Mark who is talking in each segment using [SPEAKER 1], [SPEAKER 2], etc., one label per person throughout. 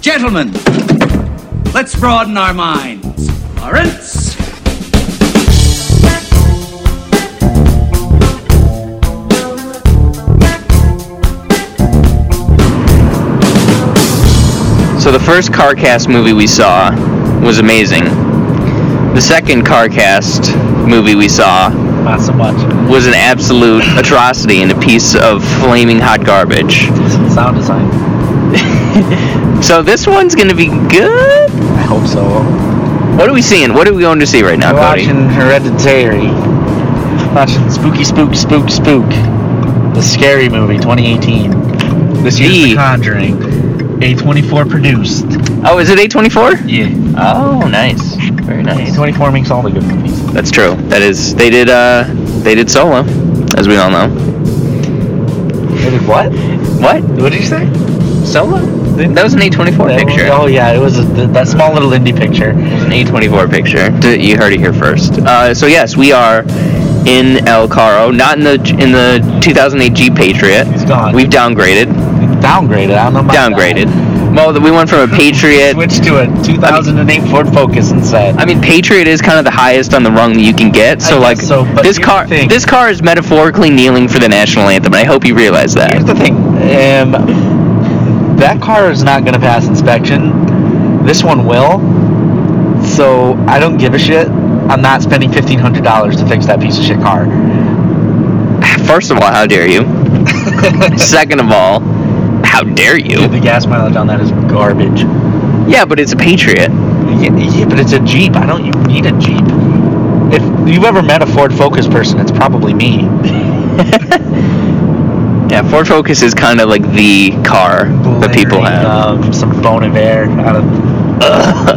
[SPEAKER 1] Gentlemen, let's broaden our minds. Lawrence!
[SPEAKER 2] So the first CarCast movie we saw was amazing. The second CarCast movie we saw
[SPEAKER 3] Not so much.
[SPEAKER 2] was an absolute atrocity and a piece of flaming hot garbage.
[SPEAKER 3] Decent sound design.
[SPEAKER 2] So this one's gonna be good.
[SPEAKER 3] I hope so.
[SPEAKER 2] What are we seeing? What are we going to see right now,
[SPEAKER 3] We're
[SPEAKER 2] Cody?
[SPEAKER 3] watching Hereditary. Watching Spooky Spook Spook Spook. The scary movie 2018. This year's
[SPEAKER 2] The-
[SPEAKER 3] The Conjuring. A24 produced.
[SPEAKER 2] Oh, is it A24?
[SPEAKER 3] Yeah.
[SPEAKER 2] Oh, nice. Very nice.
[SPEAKER 3] A24 makes all the good movies.
[SPEAKER 2] That's true. That is. They did. Uh, they did Solo, as we all know.
[SPEAKER 3] what?
[SPEAKER 2] What?
[SPEAKER 3] What did you say?
[SPEAKER 2] Solo? That was an A24 picture.
[SPEAKER 3] Oh yeah, it was a, th- that small little indie picture.
[SPEAKER 2] an A24 picture. D- You heard it here first. Uh, so yes, we are in El Caro, not in the in the 2008 Jeep Patriot.
[SPEAKER 3] It's gone.
[SPEAKER 2] We've downgraded,
[SPEAKER 3] downgraded. I don't know. About that.
[SPEAKER 2] downgraded. Well, we went from a Patriot.
[SPEAKER 3] Switched to a 2008 Ford Focus and said,
[SPEAKER 2] I mean, Patriot is kind of the highest on the rung that you can get. So
[SPEAKER 3] guess
[SPEAKER 2] like,
[SPEAKER 3] so, but
[SPEAKER 2] this
[SPEAKER 3] here's
[SPEAKER 2] car,
[SPEAKER 3] the thing.
[SPEAKER 2] this car is metaphorically kneeling for the national anthem. And I hope you realize that.
[SPEAKER 3] Here's the thing. Um, that car is not going to pass inspection. This one will. So I don't give a shit. I'm not spending fifteen hundred dollars to fix that piece of shit car.
[SPEAKER 2] First of all, how dare you? Second of all, how dare you?
[SPEAKER 3] the gas mileage on that is garbage.
[SPEAKER 2] Yeah, but it's a Patriot.
[SPEAKER 3] Yeah, yeah, but it's a Jeep. I don't even need a Jeep. If you've ever met a Ford Focus person, it's probably me.
[SPEAKER 2] Yeah, Ford Focus is kind of like the car that people
[SPEAKER 3] Blaring,
[SPEAKER 2] have.
[SPEAKER 3] um, some Bon Iver out of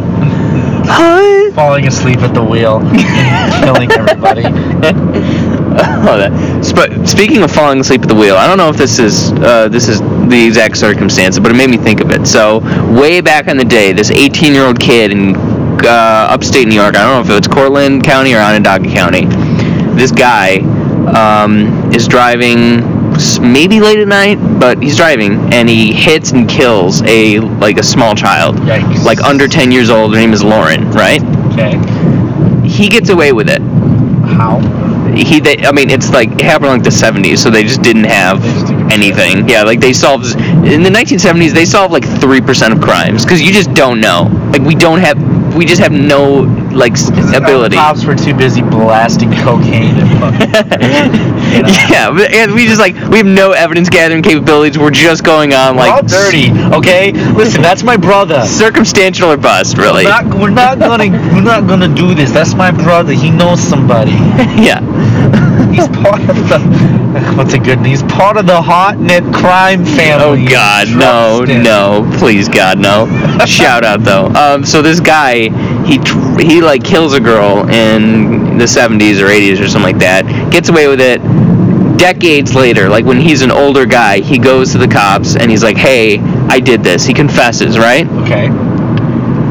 [SPEAKER 2] What?
[SPEAKER 3] falling asleep at the wheel, and killing everybody.
[SPEAKER 2] Oh, that. Sp- speaking of falling asleep at the wheel, I don't know if this is uh, this is the exact circumstance, but it made me think of it. So way back in the day, this 18-year-old kid in uh, upstate New York, I don't know if it's Cortland County or Onondaga County, this guy um, is driving s- maybe late at night, but he's driving and he hits and kills a like a small child,
[SPEAKER 3] Yikes.
[SPEAKER 2] like under 10 years old. Her name is Lauren, right?
[SPEAKER 3] Okay.
[SPEAKER 2] He gets away with it.
[SPEAKER 3] How?
[SPEAKER 2] he they, I mean it's like it happened like the 70s so they just didn't have anything yeah like they solved in the 1970s they solved like 3% of crimes because you just don't know like we don't have we just have no like s- ability
[SPEAKER 3] Our cops were too busy blasting cocaine and fucking. you know.
[SPEAKER 2] yeah but- and we just like we have no evidence gathering capabilities we're just going on
[SPEAKER 3] We're
[SPEAKER 2] like
[SPEAKER 3] all dirty, okay? Listen, that's my brother.
[SPEAKER 2] s- circumstantial or bust really
[SPEAKER 3] We're not, we're not gonna we're not gonna do this. That's my brother. He knows somebody.
[SPEAKER 2] yeah
[SPEAKER 3] He's part of the what's a good name? He's part of the hot knit crime
[SPEAKER 2] Oh
[SPEAKER 3] family.
[SPEAKER 2] God,
[SPEAKER 3] Trust
[SPEAKER 2] no,
[SPEAKER 3] him.
[SPEAKER 2] no, please God, no. Shout out though. Um, so this guy, he tr- he like kills a girl in the 70s or 80s or something like that. Gets away with it. Decades later, like when he's an older guy, he goes to the cops and he's like, "Hey, I did this." He confesses, right?
[SPEAKER 3] Okay.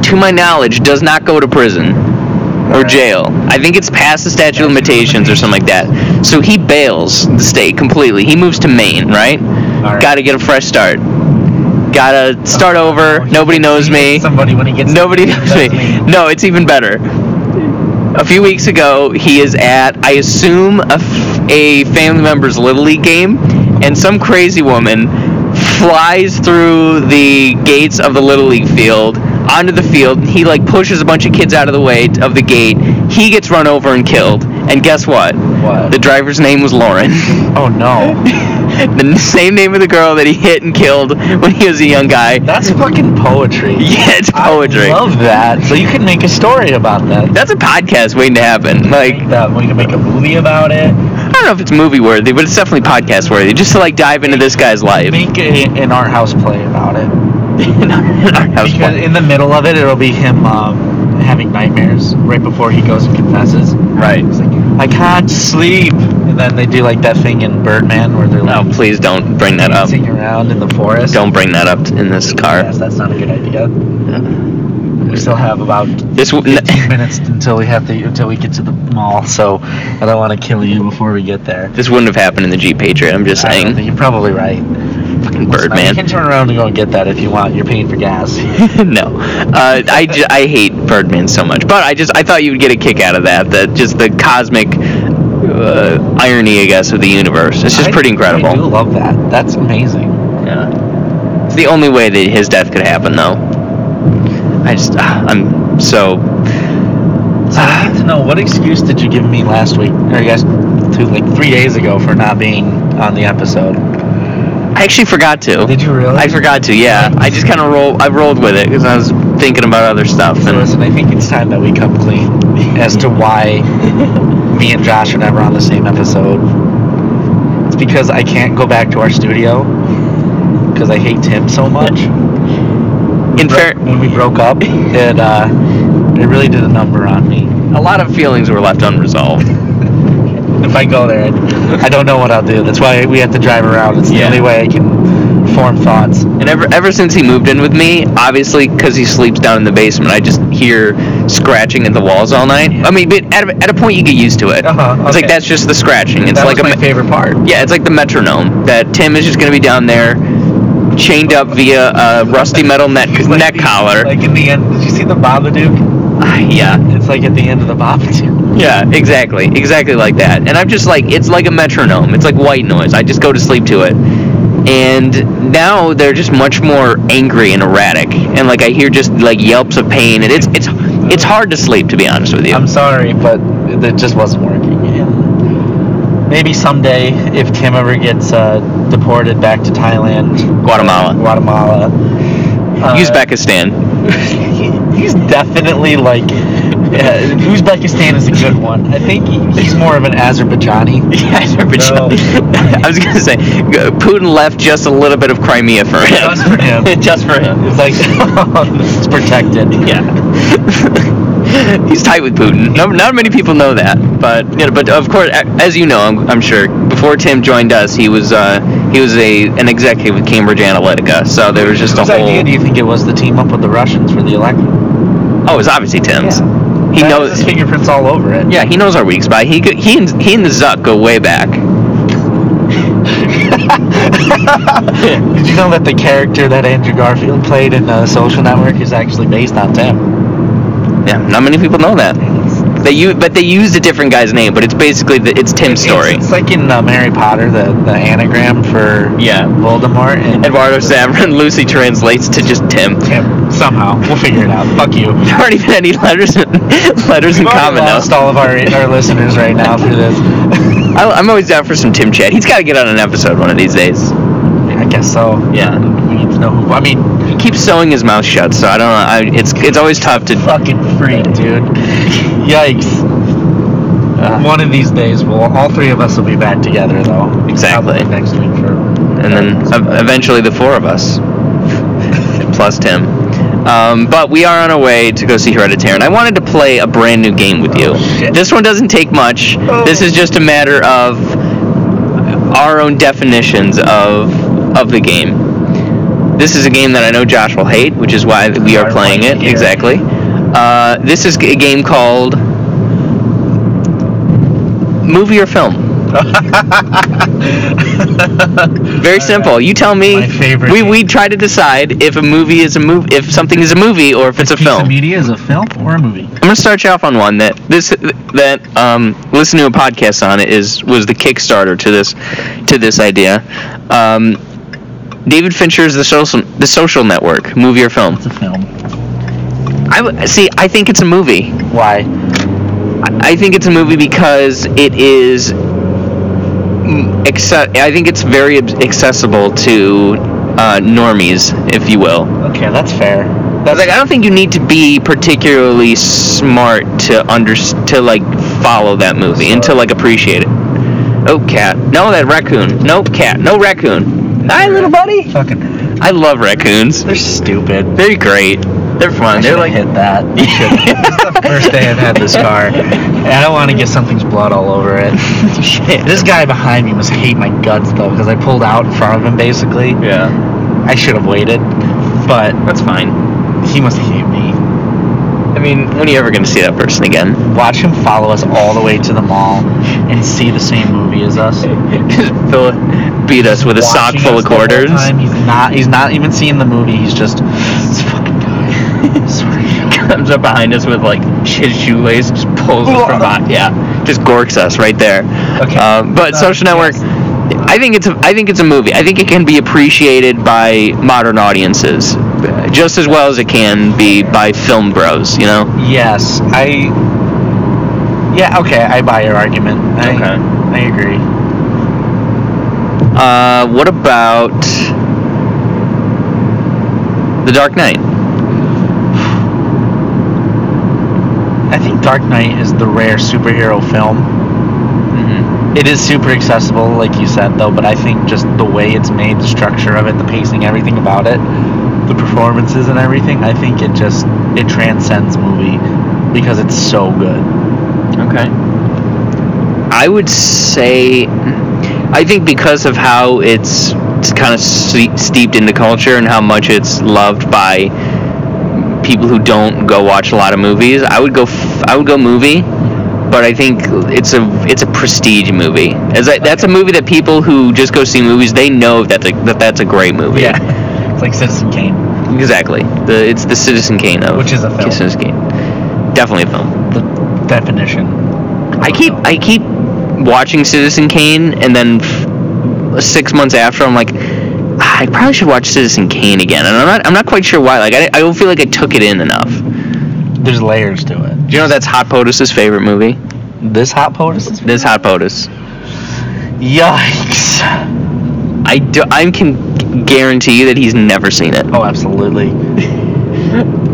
[SPEAKER 2] To my knowledge, does not go to prison or
[SPEAKER 3] Alright.
[SPEAKER 2] jail. I think it's past the statute of limitations or something like that. So he bails the state completely. He moves to Maine, right?
[SPEAKER 3] Alright.
[SPEAKER 2] Gotta get a fresh start. Gotta start over.
[SPEAKER 3] Oh, he
[SPEAKER 2] Nobody
[SPEAKER 3] hits-
[SPEAKER 2] knows
[SPEAKER 3] he
[SPEAKER 2] me.
[SPEAKER 3] hits Somebody when he gets
[SPEAKER 2] Nobody
[SPEAKER 3] he
[SPEAKER 2] knows me.
[SPEAKER 3] does me.
[SPEAKER 2] No, it's even better. A few weeks ago, he is at, I assume, a, f- a family member's Little League game, and some crazy woman flies through the gates of the Little League field onto the field. He, like, pushes a bunch of kids out of the way t- of the gate. He gets run over and killed. And guess what?
[SPEAKER 3] What?
[SPEAKER 2] The driver's name was Lauren.
[SPEAKER 3] oh no.
[SPEAKER 2] the same name of the girl that he hit and killed when he was a young guy.
[SPEAKER 3] That's fucking poetry.
[SPEAKER 2] Yeah, it's poetry.
[SPEAKER 3] I love that. So you can make a story about that.
[SPEAKER 2] That's a podcast waiting to happen. Like,
[SPEAKER 3] Like that, we can make a movie about it.
[SPEAKER 2] I don't know if it's movie worthy, but it's definitely podcast worthy. Just to like dive into this guy's life.
[SPEAKER 3] Make a, an art house play about it.
[SPEAKER 2] How's
[SPEAKER 3] Because
[SPEAKER 2] it?
[SPEAKER 3] in the middle of it, it'll be him um, having nightmares right before he goes and confesses.
[SPEAKER 2] right.
[SPEAKER 3] He's like, I can't sleep. And then they do like that thing in Birdman where they're
[SPEAKER 2] No,
[SPEAKER 3] like
[SPEAKER 2] please don't bring Oh, that up.
[SPEAKER 3] dancing around in the forest.
[SPEAKER 2] Don't bring that up in this car. Uh-huh.
[SPEAKER 3] Yes, that's not a good idea. We still have about
[SPEAKER 2] This. W-
[SPEAKER 3] 15 minutes until we have to until we get to the mall. So I don't want to kill you before we get there.
[SPEAKER 2] this wouldn't have happened in the Jeep Patriot. I'm just
[SPEAKER 3] I don't
[SPEAKER 2] saying.
[SPEAKER 3] think- You're probably right. Fucking
[SPEAKER 2] Birdman.
[SPEAKER 3] You can turn around and go and get that if you want. You're paying for gas.
[SPEAKER 2] no, uh, I, ju- I hate Birdman so much, but I just I thought you would get a kick out of that. That just the cosmic uh, irony, I guess, of the universe. It's just
[SPEAKER 3] I-
[SPEAKER 2] pretty incredible.
[SPEAKER 3] I do love that. That's amazing.
[SPEAKER 2] Yeah. It's the only way that his death could happen, though. I just, ah, I'm so.
[SPEAKER 3] So I need to know what excuse did you give me last week, or I guess two, like three days ago, for not being on the episode?
[SPEAKER 2] I actually forgot to.
[SPEAKER 3] Did you really?
[SPEAKER 2] I forgot to. Yeah, I just kind of roll. I rolled with it because I was thinking about other stuff.
[SPEAKER 3] So
[SPEAKER 2] And
[SPEAKER 3] listen, I think it's time that we come clean as to why me and Josh are never on the same episode. It's because I can't go back to our studio because I hate Tim so much.
[SPEAKER 2] in fair,
[SPEAKER 3] when we broke up, it uh, it really did a number on me.
[SPEAKER 2] a lot of feelings were left unresolved.
[SPEAKER 3] If I go there, I don't know what I'll do. That's why we have to drive around. It's the
[SPEAKER 2] Yeah.
[SPEAKER 3] only way I can form thoughts.
[SPEAKER 2] And ever ever since he moved in with me, obviously because he sleeps down in the basement, I just hear scratching at the walls all night. I mean, but at a, at a point you get used to it.
[SPEAKER 3] Uh-huh,
[SPEAKER 2] It's like
[SPEAKER 3] okay.
[SPEAKER 2] that's just the scratching. It's
[SPEAKER 3] that
[SPEAKER 2] like
[SPEAKER 3] was
[SPEAKER 2] a
[SPEAKER 3] my
[SPEAKER 2] me-
[SPEAKER 3] favorite part.
[SPEAKER 2] yeah, it's like the metronome that Tim is just gonna be down there, chained up via a rusty metal neck
[SPEAKER 3] He's like
[SPEAKER 2] neck
[SPEAKER 3] the-
[SPEAKER 2] collar.
[SPEAKER 3] Like in the end, did you see the Babadook?
[SPEAKER 2] Ah, yeah,
[SPEAKER 3] It's like at the end of the Babadook.
[SPEAKER 2] yeah, exactly, exactly like that. And I'm just like, it's like a metronome. It's like white noise. I just go to sleep to it. And now they're just much more angry and erratic. And like I hear just like yelps of pain, and it's it's it's hard to sleep to be honest with you.
[SPEAKER 3] I'm sorry, but it just wasn't working. And maybe someday, if Tim ever gets uh, deported back to Thailand,
[SPEAKER 2] Guatemala.
[SPEAKER 3] Guatemala, uh,
[SPEAKER 2] Uzbekistan.
[SPEAKER 3] he's definitely like uh, Uzbekistan is a good one. I think he- he's more of an Azerbaijani.
[SPEAKER 2] Azerbaijan. I was gonna say Putin left just a little bit of Crimea for him.
[SPEAKER 3] Just for him.
[SPEAKER 2] just for him.
[SPEAKER 3] It's like it's protected.
[SPEAKER 2] Yeah. He's tight with Putin. No, not many people know that, but you know, but of course, a- as you know, I'm, I'm sure before Tim joined us, he was uh, he was a an executive with Cambridge Analytica. So there was just a
[SPEAKER 3] Whose
[SPEAKER 2] whole.
[SPEAKER 3] idea do you think it was to team up with the Russians for the election?
[SPEAKER 2] Oh, it's obviously Tim's. He
[SPEAKER 3] That has
[SPEAKER 2] knows.
[SPEAKER 3] his fingerprints all over it.
[SPEAKER 2] Yeah, he knows our weak spot. He go- he and he and the Zuck go way back.
[SPEAKER 3] Did you know that the character that Andrew Garfield played in the Social Network is actually based on Tim?
[SPEAKER 2] Yeah, not many people know that. They u- but they used a different guy's name, but it's basically the, it's Tim's story.
[SPEAKER 3] It's, it's like in uh, Mary Potter, the, the anagram for
[SPEAKER 2] Yeah,
[SPEAKER 3] Voldemort. And
[SPEAKER 2] Eduardo Savrin Lucy translates to just Tim.
[SPEAKER 3] Tim. Somehow, we'll figure it out. Fuck you.
[SPEAKER 2] There aren't even any letters in, letters in
[SPEAKER 3] We've already
[SPEAKER 2] common
[SPEAKER 3] lost
[SPEAKER 2] though.
[SPEAKER 3] all of our, our listeners right now through this.
[SPEAKER 2] I, I'm always down for some Tim chat. He's got to get on an episode one of these days.
[SPEAKER 3] I guess so.
[SPEAKER 2] Yeah,
[SPEAKER 3] We need to know who. I mean,
[SPEAKER 2] he keeps sewing his mouth shut, so I don't know. I, it's it's always tough to.
[SPEAKER 3] fucking freak, dude. Yikes.
[SPEAKER 2] Uh,
[SPEAKER 3] One of these days, we'll all three of us will be back together, though.
[SPEAKER 2] Exactly.
[SPEAKER 3] Probably next week for.
[SPEAKER 2] and then ev- eventually the four of us, plus Tim. Um, but we are on our way to go see Hereditary, and I wanted to play a brand new game with you.
[SPEAKER 3] Oh, shit.
[SPEAKER 2] this one doesn't take much.
[SPEAKER 3] Oh.
[SPEAKER 2] This is just a matter of our own definitions of of the game. This is a game that I know Josh will hate, which is why we are
[SPEAKER 3] I
[SPEAKER 2] playing
[SPEAKER 3] like
[SPEAKER 2] it.
[SPEAKER 3] it.
[SPEAKER 2] Exactly. Uh, this is a game called movie or film. Very simple. You tell me.
[SPEAKER 3] My favorite
[SPEAKER 2] We
[SPEAKER 3] game.
[SPEAKER 2] we try to decide if a movie is a movie, if something is a movie, or if it's a
[SPEAKER 3] Piece of
[SPEAKER 2] film.
[SPEAKER 3] media is a film or a movie.
[SPEAKER 2] I'm gonna start you off on one that this that um listening to a podcast on it is was the Kickstarter to this to this idea. Um, David Fincher's The Social The Social Network movie or film.
[SPEAKER 3] It's a film.
[SPEAKER 2] I w- see. I think it's a movie.
[SPEAKER 3] Why?
[SPEAKER 2] I think it's a movie because it is. mm, Acce- I think it's very abs- accessible to uh, normies, if you will.
[SPEAKER 3] Okay, that's fair.
[SPEAKER 2] I was
[SPEAKER 3] That's
[SPEAKER 2] like, I don't think you need to be particularly smart to under to like follow that movie and to like appreciate it. Oh, cat. No, that raccoon. Nope, cat. No raccoon. Hi, little buddy.
[SPEAKER 3] fucking.
[SPEAKER 2] I love raccoons.
[SPEAKER 3] They're stupid.
[SPEAKER 2] They're great. They're
[SPEAKER 3] I
[SPEAKER 2] fun. They're
[SPEAKER 3] should've
[SPEAKER 2] like
[SPEAKER 3] hit that. You should've. This is the first day I've had this car, and I don't want to get something's blood all over it.
[SPEAKER 2] shit.
[SPEAKER 3] This guy behind me must hate my guts though, because I pulled out in front of him basically.
[SPEAKER 2] Yeah,
[SPEAKER 3] I should have waited, but
[SPEAKER 2] that's fine.
[SPEAKER 3] he must hate me.
[SPEAKER 2] I mean, when are you ever going to see that person again?
[SPEAKER 3] Watch him follow us all the way to the mall and see the same movie as us.
[SPEAKER 2] Because Phil beat us with a sock
[SPEAKER 3] Watching
[SPEAKER 2] full
[SPEAKER 3] us
[SPEAKER 2] of
[SPEAKER 3] the whole
[SPEAKER 2] quarters.
[SPEAKER 3] time. He's not. He's not even seeing the movie. He's just this fucking guy. I swear to God.
[SPEAKER 2] Comes up behind us with like his shoelace, just pulls it from behind. Yeah, just gorks us right there.
[SPEAKER 3] Okay.
[SPEAKER 2] Um, but
[SPEAKER 3] Uh,
[SPEAKER 2] Social Network,
[SPEAKER 3] yes.
[SPEAKER 2] I think it's a, I think it's a movie. I think it can be appreciated by modern audiences just as well as it can be by film bros. You know.
[SPEAKER 3] Yes, I. Yeah. Okay. I buy your argument. I,
[SPEAKER 2] Okay.
[SPEAKER 3] I agree.
[SPEAKER 2] Uh, what about The Dark Knight?
[SPEAKER 3] I think Dark Knight is the rare superhero film.
[SPEAKER 2] Mm-hmm.
[SPEAKER 3] It is super accessible, like you said, though. But I think just the way it's made, the structure of it, the pacing, everything about it, the performances and everything. I think it just it transcends movie because it's so good.
[SPEAKER 2] Okay. I would say, I think because of how it's, it's kind of ste- steeped into culture and how much it's loved by people who don't go watch a lot of movies. I would go, f- I would go movie, but I think it's a it's a prestige movie. As I, that's a movie that people who just go see movies they know that the, that that's a great movie.
[SPEAKER 3] Yeah. It's like Citizen Kane.
[SPEAKER 2] Exactly. The it's the Citizen Kane of
[SPEAKER 3] Which is a film.
[SPEAKER 2] Citizen Kane. Definitely a film.
[SPEAKER 3] The definition. of
[SPEAKER 2] I
[SPEAKER 3] a
[SPEAKER 2] keep
[SPEAKER 3] film.
[SPEAKER 2] I keep watching Citizen Kane, and then f- six months after, I'm like, "Ah, I probably should watch Citizen Kane again, and I'm not I'm not quite sure why. Like I, I don't feel like I took it in enough. Do
[SPEAKER 3] There's layers to it.
[SPEAKER 2] you know that's Hot POTUS's favorite movie?
[SPEAKER 3] This hot POTUS is.
[SPEAKER 2] This Hot POTUS.
[SPEAKER 3] Yikes.
[SPEAKER 2] I do, I can guarantee you that he's never seen it.
[SPEAKER 3] Oh, absolutely.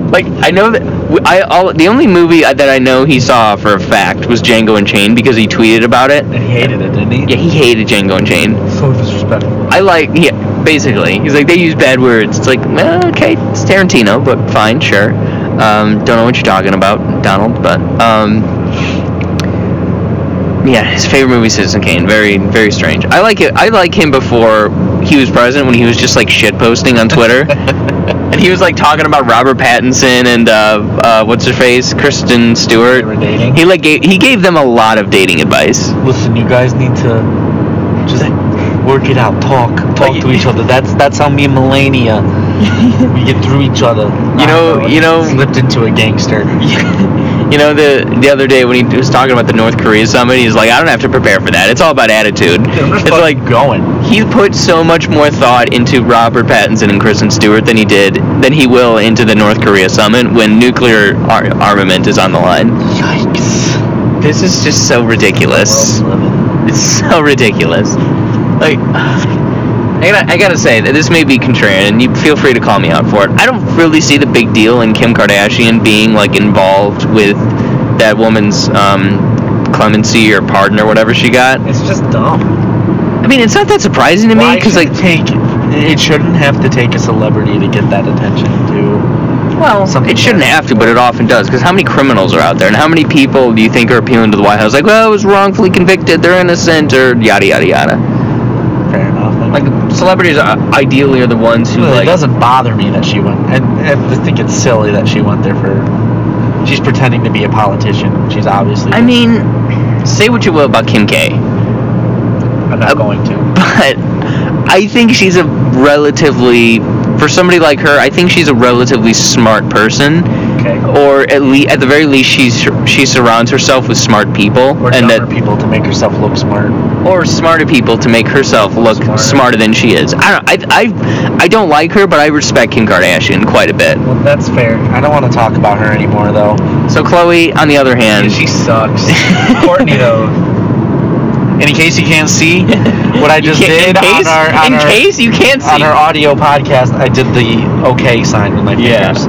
[SPEAKER 2] Like I know that I all the only movie that I know he saw for a fact was Django Unchained because he tweeted about it.
[SPEAKER 3] And he hated it, didn't he?
[SPEAKER 2] Yeah, he hated Django Unchained.
[SPEAKER 3] So disrespectful.
[SPEAKER 2] I like, yeah, basically. He's like, they use bad words. It's like, eh, okay, it's Tarantino, but fine, sure. Um, don't know what you're talking about, Donald, but, um, yeah, his favorite movie is Citizen Kane. Very, very strange. I like it. I like him before he was president when he was just like shit posting on Twitter. and he was like talking about Robert Pattinson and, uh, uh, what's her face? Kristen
[SPEAKER 3] They
[SPEAKER 2] Stewart.
[SPEAKER 3] were dating.
[SPEAKER 2] He like gave, he gave them a lot of dating advice.
[SPEAKER 3] Listen, you guys need to just work it out. Talk. Talk to each other. That's that's how me and Melania we get through each other.
[SPEAKER 2] You know- you know-
[SPEAKER 3] slipped into a gangster.
[SPEAKER 2] You know, the the other day when he was talking about the North Korea summit, he's like, I don't have to prepare for that. It's all about attitude.
[SPEAKER 3] I'm just
[SPEAKER 2] It's like
[SPEAKER 3] fucking going.
[SPEAKER 2] he put so much more thought into Robert Pattinson and Kristen Stewart than he did than he will into the North Korea summit when nuclear ar- armament is on the line.
[SPEAKER 3] Yikes.
[SPEAKER 2] This is just so ridiculous.
[SPEAKER 3] World we live in.
[SPEAKER 2] It's so ridiculous. Like, I gotta, I gotta say that this may be contrarian, and you feel free to call me out for it. I don't really see the big deal in Kim Kardashian being like involved with that woman's um, clemency or pardon or whatever she got.
[SPEAKER 3] It's just dumb.
[SPEAKER 2] I mean, it's not that surprising to me
[SPEAKER 3] Why
[SPEAKER 2] because
[SPEAKER 3] should
[SPEAKER 2] like,
[SPEAKER 3] it take it shouldn't have to take a celebrity to get that attention to
[SPEAKER 2] well,
[SPEAKER 3] something
[SPEAKER 2] it shouldn't
[SPEAKER 3] that-
[SPEAKER 2] have to, but it often does. Because how many criminals are out there, and how many people do you think are appealing to the White House? Like, well, I was wrongfully convicted, they're innocent, or yada yada yada.
[SPEAKER 3] fair enough. I mean,
[SPEAKER 2] Like, celebrities uh, ideally are the ones who
[SPEAKER 3] really,
[SPEAKER 2] like.
[SPEAKER 3] it doesn't bother me that she went. And I think it's silly that she went there for. She's pretending to be a politician. She's obviously.
[SPEAKER 2] I mean, say what you will about Kim K,
[SPEAKER 3] I'm not going to.
[SPEAKER 2] but I think she's a relatively, for somebody like her, I think she's a relatively smart person,
[SPEAKER 3] Okay.
[SPEAKER 2] or at least at the very least, she's she surrounds herself with smart people,
[SPEAKER 3] Or
[SPEAKER 2] and
[SPEAKER 3] dumber
[SPEAKER 2] that
[SPEAKER 3] people to make herself look smart.
[SPEAKER 2] or smarter people to make herself look
[SPEAKER 3] Smarter.
[SPEAKER 2] smarter than she is. I don't, I, I I don't like her, but I respect Kim Kardashian quite a bit.
[SPEAKER 3] Well, that's fair. I don't want to talk about her anymore, though.
[SPEAKER 2] So Chloe, on the other hand,
[SPEAKER 3] sucks. Courtney, though. And in case you can't see what I
[SPEAKER 2] You
[SPEAKER 3] just
[SPEAKER 2] can't-
[SPEAKER 3] did
[SPEAKER 2] in case,
[SPEAKER 3] on our on
[SPEAKER 2] in
[SPEAKER 3] our,
[SPEAKER 2] case you can't see.
[SPEAKER 3] on our audio podcast, I did the okay sign with my
[SPEAKER 2] Yeah.
[SPEAKER 3] fingers.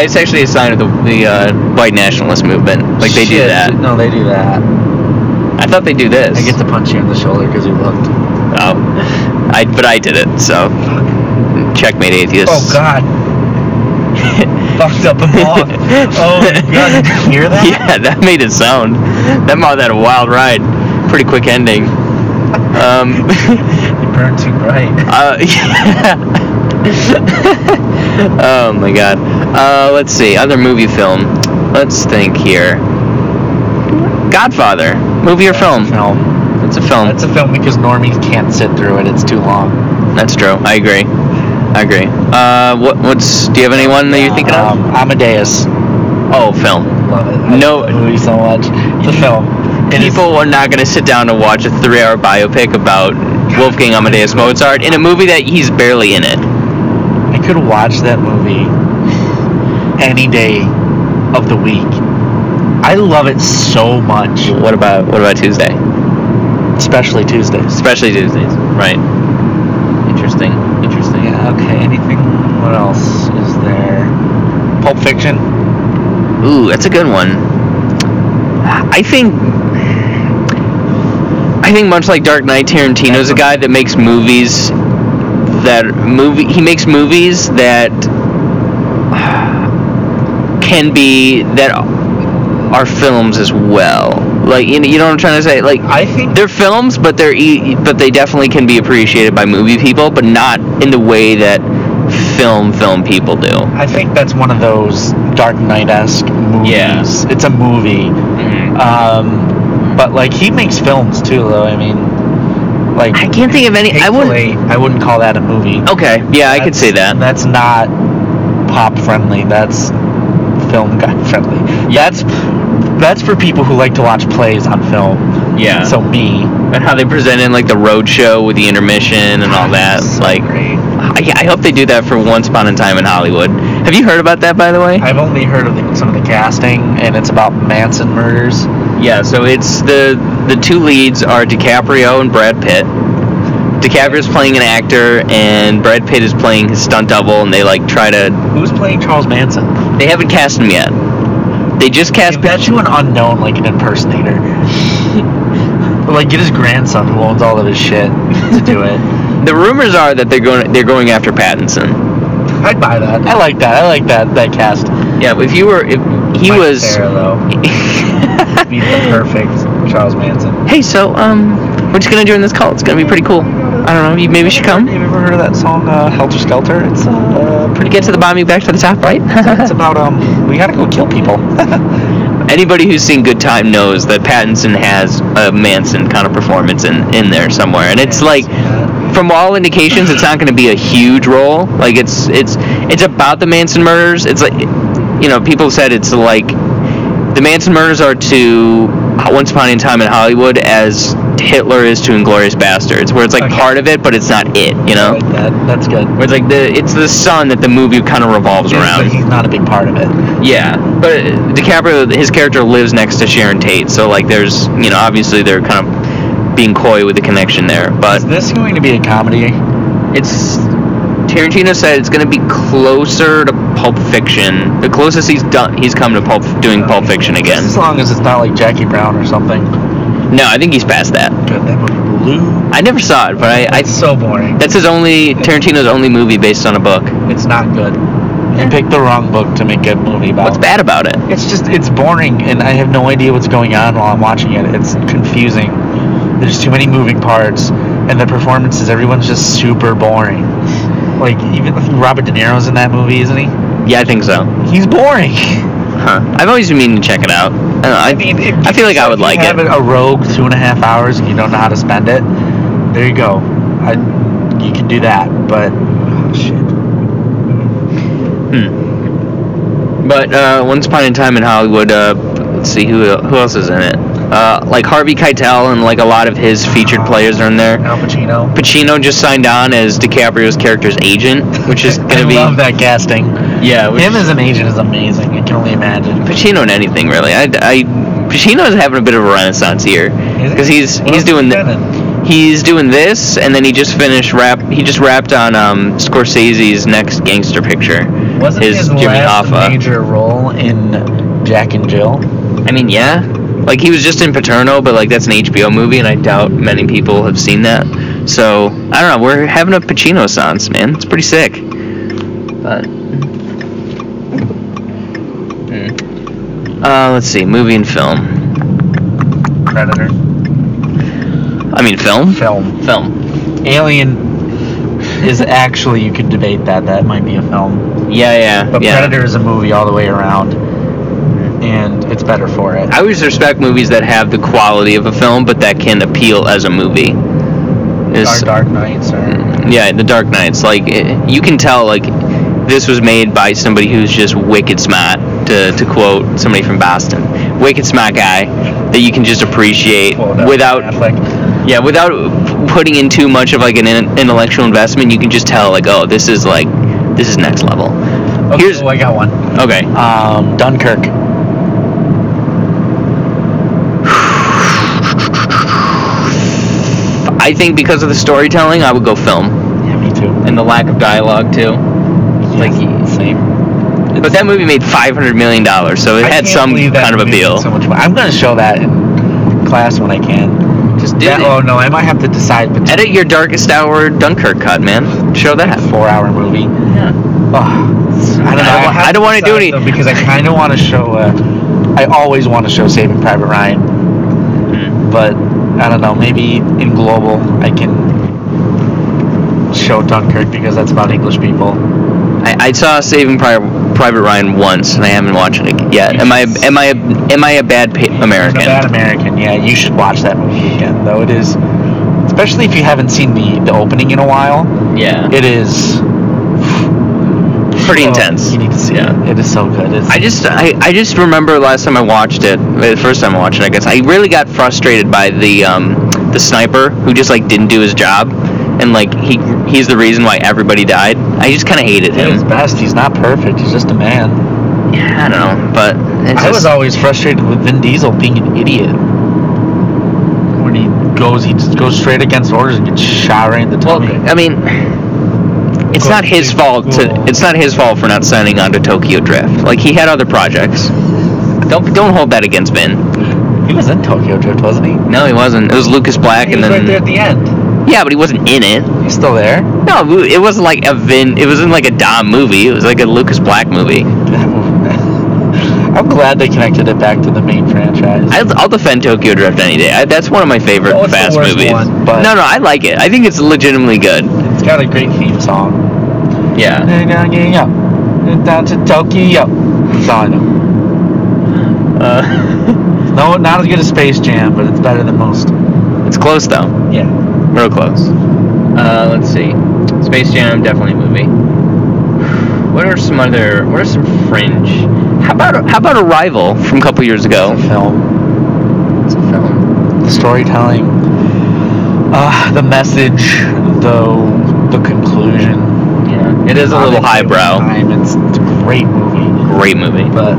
[SPEAKER 2] It's actually a sign of the, the uh, white nationalist movement. Like they do
[SPEAKER 3] Shit.
[SPEAKER 2] that.
[SPEAKER 3] No, they do that.
[SPEAKER 2] I thought they do this.
[SPEAKER 3] I get to punch you in the shoulder because you looked.
[SPEAKER 2] Oh, I but I did it. So checkmate atheist.
[SPEAKER 3] Oh God. Fucked up and off. Oh God. Did you hear that?
[SPEAKER 2] Yeah, that made it sound. That made that a wild ride. Pretty quick ending. Um,
[SPEAKER 3] You burned too bright.
[SPEAKER 2] uh, Uh, oh my God. Uh, let's see. Other movie film. Let's think here. Godfather, movie or film?
[SPEAKER 3] Film.
[SPEAKER 2] It's a film.
[SPEAKER 3] That's a film because normies can't sit through it. It's too long.
[SPEAKER 2] That's true. I agree. I agree. Uh, what what's? Do you have anyone that you're thinking
[SPEAKER 3] um,
[SPEAKER 2] of?
[SPEAKER 3] Amadeus.
[SPEAKER 2] Oh, film.
[SPEAKER 3] Love it. I
[SPEAKER 2] No-
[SPEAKER 3] love the movie so much. It's a film. It is-
[SPEAKER 2] People are not going to sit down and watch a three-hour biopic about Wolfgang Amadeus Mozart in a movie that he's barely in it.
[SPEAKER 3] I could watch that movie any day of the week. I love it so much,
[SPEAKER 2] What about what about Tuesday?
[SPEAKER 3] especially Tuesdays.
[SPEAKER 2] Especially Tuesdays, right? Interesting. Interesting.
[SPEAKER 3] Yeah, okay. Anything? What else is there? Pulp Fiction.
[SPEAKER 2] Ooh, that's a good one. I think I think much like Dark Knight, Tarantino's a guy that makes movies that movie he makes movies that can be that are films as well. Like you know, you know what I'm trying to say? Like
[SPEAKER 3] I think
[SPEAKER 2] they're films, but they're e- but they definitely can be appreciated by movie people, but not in the way that film film people do.
[SPEAKER 3] I think that's one of those Dark Knight esque movies.
[SPEAKER 2] Yeah. Mm-hmm.
[SPEAKER 3] It's a movie. Um, but like he makes films too, though. I mean, like
[SPEAKER 2] I can't think of any. I wouldn't.
[SPEAKER 3] Hateful Eight, I wouldn't call that a movie.
[SPEAKER 2] Okay, yeah, Oh, I could
[SPEAKER 3] That's-
[SPEAKER 2] say that.
[SPEAKER 3] That's not pop friendly. That's film guy friendly. That's that's for people who like to watch plays on film.
[SPEAKER 2] Yeah.
[SPEAKER 3] So me.
[SPEAKER 2] and how they presented like the road show with the intermission and all that.
[SPEAKER 3] So
[SPEAKER 2] Like,
[SPEAKER 3] great.
[SPEAKER 2] I, I hope they do that for once upon a time in Hollywood. Have you heard about that, by the way?
[SPEAKER 3] I've only heard of the, some of the casting, and it's about Manson murders.
[SPEAKER 2] Yeah. So it's the the two leads are DiCaprio and Brad Pitt. DiCaprio's playing an actor, and Brad Pitt is playing his stunt double, and they like try to.
[SPEAKER 3] Who's playing Charles Manson?
[SPEAKER 2] They haven't cast him yet. They just cast
[SPEAKER 3] I bet you an unknown, like an impersonator. but like, get his grandson, who owns all of his shit, to do it.
[SPEAKER 2] The rumors are that they're going they're going after Pattinson.
[SPEAKER 3] I'd buy that. I like that. I like that that cast.
[SPEAKER 2] Yeah, if you were if he
[SPEAKER 3] Mike
[SPEAKER 2] was
[SPEAKER 3] Sarah, though. Be the perfect Charles Manson.
[SPEAKER 2] hey, so um, what you gonna do in this call? It's gonna be pretty cool. I don't know. You maybe should come.
[SPEAKER 3] Have you ever heard of that song, uh, Helter Skelter? It's uh, pretty.
[SPEAKER 2] Get to the bottom, you back to the top, right?
[SPEAKER 3] It's about um, we gotta go kill people.
[SPEAKER 2] Anybody who's seen Good Time knows that Pattinson has a Manson kind of performance in in there somewhere, and it's like. From all indications, it's not going to be a huge role. Like it's it's it's about the Manson murders. It's like you know people said it's like the Manson murders are to Once Upon a Time in Hollywood as Hitler is to Inglorious Bastards, where it's like
[SPEAKER 3] Okay.
[SPEAKER 2] part of it, but it's not it. You
[SPEAKER 3] I
[SPEAKER 2] know.
[SPEAKER 3] like that. That's good.
[SPEAKER 2] Where it's like the it's the sun that the movie kind of revolves
[SPEAKER 3] But
[SPEAKER 2] around.
[SPEAKER 3] he's not a big part of it.
[SPEAKER 2] Yeah, but DiCaprio, his character lives next to Sharon Tate, so like there's you know obviously they're kind of being coy with the connection there. But
[SPEAKER 3] Is this going to be a comedy?
[SPEAKER 2] it's Tarantino said it's going to be closer to Pulp Fiction, the closest he's done he's come to Pulp doing Pulp Fiction again.
[SPEAKER 3] As long as it's not like Jackie Brown or something.
[SPEAKER 2] No, I think he's past that.
[SPEAKER 3] God, that movie blew.
[SPEAKER 2] I never saw it, but I, I
[SPEAKER 3] It's so boring.
[SPEAKER 2] that's his only Tarantino's only movie based on a book.
[SPEAKER 3] It's not good. You picked the wrong book to make a movie about.
[SPEAKER 2] What's bad about it?
[SPEAKER 3] It's just it's boring, and I have no idea what's going on while I'm watching it. It's confusing. There's too many moving parts, and the performances. Everyone's just super boring. Like even Robert De Niro's in that movie, isn't he?
[SPEAKER 2] Yeah, I think so.
[SPEAKER 3] He's boring.
[SPEAKER 2] Huh. I've always been meaning to check it out. I, don't know, I, I feel like I would
[SPEAKER 3] If you
[SPEAKER 2] like
[SPEAKER 3] have
[SPEAKER 2] it.
[SPEAKER 3] a rogue two and a half hours, and you don't know how to spend it. There you go. I, you can do that, but oh, shit.
[SPEAKER 2] Hmm. But uh, Once Upon a Time in Hollywood, uh, let's see who who else is in it. Uh, like Harvey Keitel and like a lot of his featured players are in there.
[SPEAKER 3] Al Pacino.
[SPEAKER 2] Pacino just signed on as DiCaprio's character's agent, which is gonna
[SPEAKER 3] I
[SPEAKER 2] be
[SPEAKER 3] love that casting.
[SPEAKER 2] yeah. Which,
[SPEAKER 3] Him as an agent is amazing. I can only imagine.
[SPEAKER 2] Pacino in anything really. I, I Pacino's having a bit of a renaissance here
[SPEAKER 3] Is he?
[SPEAKER 2] because he's
[SPEAKER 3] What
[SPEAKER 2] he's
[SPEAKER 3] else
[SPEAKER 2] doing
[SPEAKER 3] has
[SPEAKER 2] th-
[SPEAKER 3] he been in?
[SPEAKER 2] he's doing this and then he just finished rap he just rapped on um, Scorsese's next gangster picture.
[SPEAKER 3] Wasn't
[SPEAKER 2] his uh,
[SPEAKER 3] his,
[SPEAKER 2] Jimmy
[SPEAKER 3] last
[SPEAKER 2] Hoffa.
[SPEAKER 3] major role in Jack and Jill?
[SPEAKER 2] I mean, yeah. Like he was just in Paterno, but like that's an HBO movie, and I doubt many people have seen that. So I don't know. We're having a Pacino sans, man. It's pretty sick. But Mm. uh, let's see, movie and film.
[SPEAKER 3] Predator.
[SPEAKER 2] I mean, film.
[SPEAKER 3] Film.
[SPEAKER 2] Film.
[SPEAKER 3] Alien is actually you could debate that that might be a film,
[SPEAKER 2] Yeah, yeah,
[SPEAKER 3] but
[SPEAKER 2] yeah.
[SPEAKER 3] Predator is a movie all the way around. and it's better for it.
[SPEAKER 2] I always respect movies that have the quality of a film, but that can appeal as a movie.
[SPEAKER 3] Our
[SPEAKER 2] Is-
[SPEAKER 3] Dark Knights are.
[SPEAKER 2] yeah, The Dark Knights. Like it, you can tell, like this was made by somebody who's just wicked smart. To, to quote somebody from Boston, wicked smart guy that you can just appreciate
[SPEAKER 3] Well, that-
[SPEAKER 2] without
[SPEAKER 3] Affleck.
[SPEAKER 2] yeah without putting in too much of like an in- intellectual investment. You can just tell like oh this is like this is next level.
[SPEAKER 3] Okay,
[SPEAKER 2] Here's
[SPEAKER 3] oh, I got one.
[SPEAKER 2] okay.
[SPEAKER 3] Um, Dunkirk.
[SPEAKER 2] I think because of the storytelling, I would go film
[SPEAKER 3] Yeah, me too.
[SPEAKER 2] and the lack of dialogue too. Like
[SPEAKER 3] same.
[SPEAKER 2] But that movie made five hundred million dollars, so it
[SPEAKER 3] I
[SPEAKER 2] had
[SPEAKER 3] can't
[SPEAKER 2] some
[SPEAKER 3] believe that
[SPEAKER 2] kind of
[SPEAKER 3] movie
[SPEAKER 2] appeal.
[SPEAKER 3] made So much money. I'm gonna show that in class when I can.
[SPEAKER 2] Just did
[SPEAKER 3] That-
[SPEAKER 2] it.
[SPEAKER 3] oh no, I might have to decide between
[SPEAKER 2] Edit your darkest hour Dunkirk cut, man. Show that.
[SPEAKER 3] a four-hour movie.
[SPEAKER 2] Yeah.
[SPEAKER 3] Oh, I don't know.
[SPEAKER 2] I don't wa-
[SPEAKER 3] have
[SPEAKER 2] I don't wanna do
[SPEAKER 3] decide,
[SPEAKER 2] any-
[SPEAKER 3] though, because I kind of want to show. Uh, I always want to show Saving Private Ryan,
[SPEAKER 2] Hmm.
[SPEAKER 3] but I don't know. Maybe in global, I can show Dunkirk because that's about English people.
[SPEAKER 2] I, I saw Saving Pri- Private Ryan once, and I haven't watched it ag- yet. Am I am I am I a bad pa- American?
[SPEAKER 3] A bad American. Yeah, you should watch that movie again, though. It is, especially if you haven't seen the the opening in a while.
[SPEAKER 2] yeah.
[SPEAKER 3] It is
[SPEAKER 2] Pretty
[SPEAKER 3] oh,
[SPEAKER 2] intense.
[SPEAKER 3] You need to see
[SPEAKER 2] Yeah.
[SPEAKER 3] it. It is so good. It's,
[SPEAKER 2] I just I, I just remember last time I watched it, the first time I watched it, I guess I really got frustrated by the um, the sniper who just like didn't do his job, and like he he's the reason why everybody died. I just kind of hated
[SPEAKER 3] did his
[SPEAKER 2] him.
[SPEAKER 3] best. He's not perfect. He's just a man.
[SPEAKER 2] Yeah, I don't know, but it's
[SPEAKER 3] I was
[SPEAKER 2] just,
[SPEAKER 3] always frustrated with Vin Diesel being an idiot. When he goes, he just goes straight against orders and gets shot right in the
[SPEAKER 2] well,
[SPEAKER 3] tummy.
[SPEAKER 2] I mean, it's
[SPEAKER 3] Go
[SPEAKER 2] not his
[SPEAKER 3] to
[SPEAKER 2] fault to
[SPEAKER 3] school.
[SPEAKER 2] it's not his fault for not signing on to Tokyo Drift. Like he had other projects. Don't don't hold that against Ben.
[SPEAKER 3] he was in Tokyo Drift, wasn't he?
[SPEAKER 2] No, he wasn't. It was Lucas Black,
[SPEAKER 3] He
[SPEAKER 2] and
[SPEAKER 3] was right
[SPEAKER 2] then
[SPEAKER 3] there at the end.
[SPEAKER 2] yeah, but he wasn't in it.
[SPEAKER 3] He's still there.
[SPEAKER 2] No, it wasn't like a Vin. It wasn't like a Dom movie. It was like a Lucas Black movie.
[SPEAKER 3] I'm glad they connected it back to the main franchise.
[SPEAKER 2] I'll, I'll defend Tokyo Drift any day. I, that's one of my favorite
[SPEAKER 3] Oh, it's the
[SPEAKER 2] Fast
[SPEAKER 3] worst
[SPEAKER 2] movies.
[SPEAKER 3] one, but-
[SPEAKER 2] No, no, I like it. I think it's legitimately good.
[SPEAKER 3] It's got a great theme song.
[SPEAKER 2] Yeah.
[SPEAKER 3] Down to Tokyo. That's all I know.
[SPEAKER 2] Uh,
[SPEAKER 3] No, not as good as Space Jam, but it's better than most.
[SPEAKER 2] it's close though.
[SPEAKER 3] Yeah.
[SPEAKER 2] Real close. Uh, let's see. Space Jam definitely a movie. What are some other? What are some fringe? How about how about Arrival from a couple years ago?
[SPEAKER 3] Film.
[SPEAKER 2] It's a film.
[SPEAKER 3] the storytelling, uh, the message, the the conclusion.
[SPEAKER 2] Yeah. It is a little
[SPEAKER 3] Obviously, with
[SPEAKER 2] highbrow.
[SPEAKER 3] time, It's it's a great movie,
[SPEAKER 2] Great movie.
[SPEAKER 3] but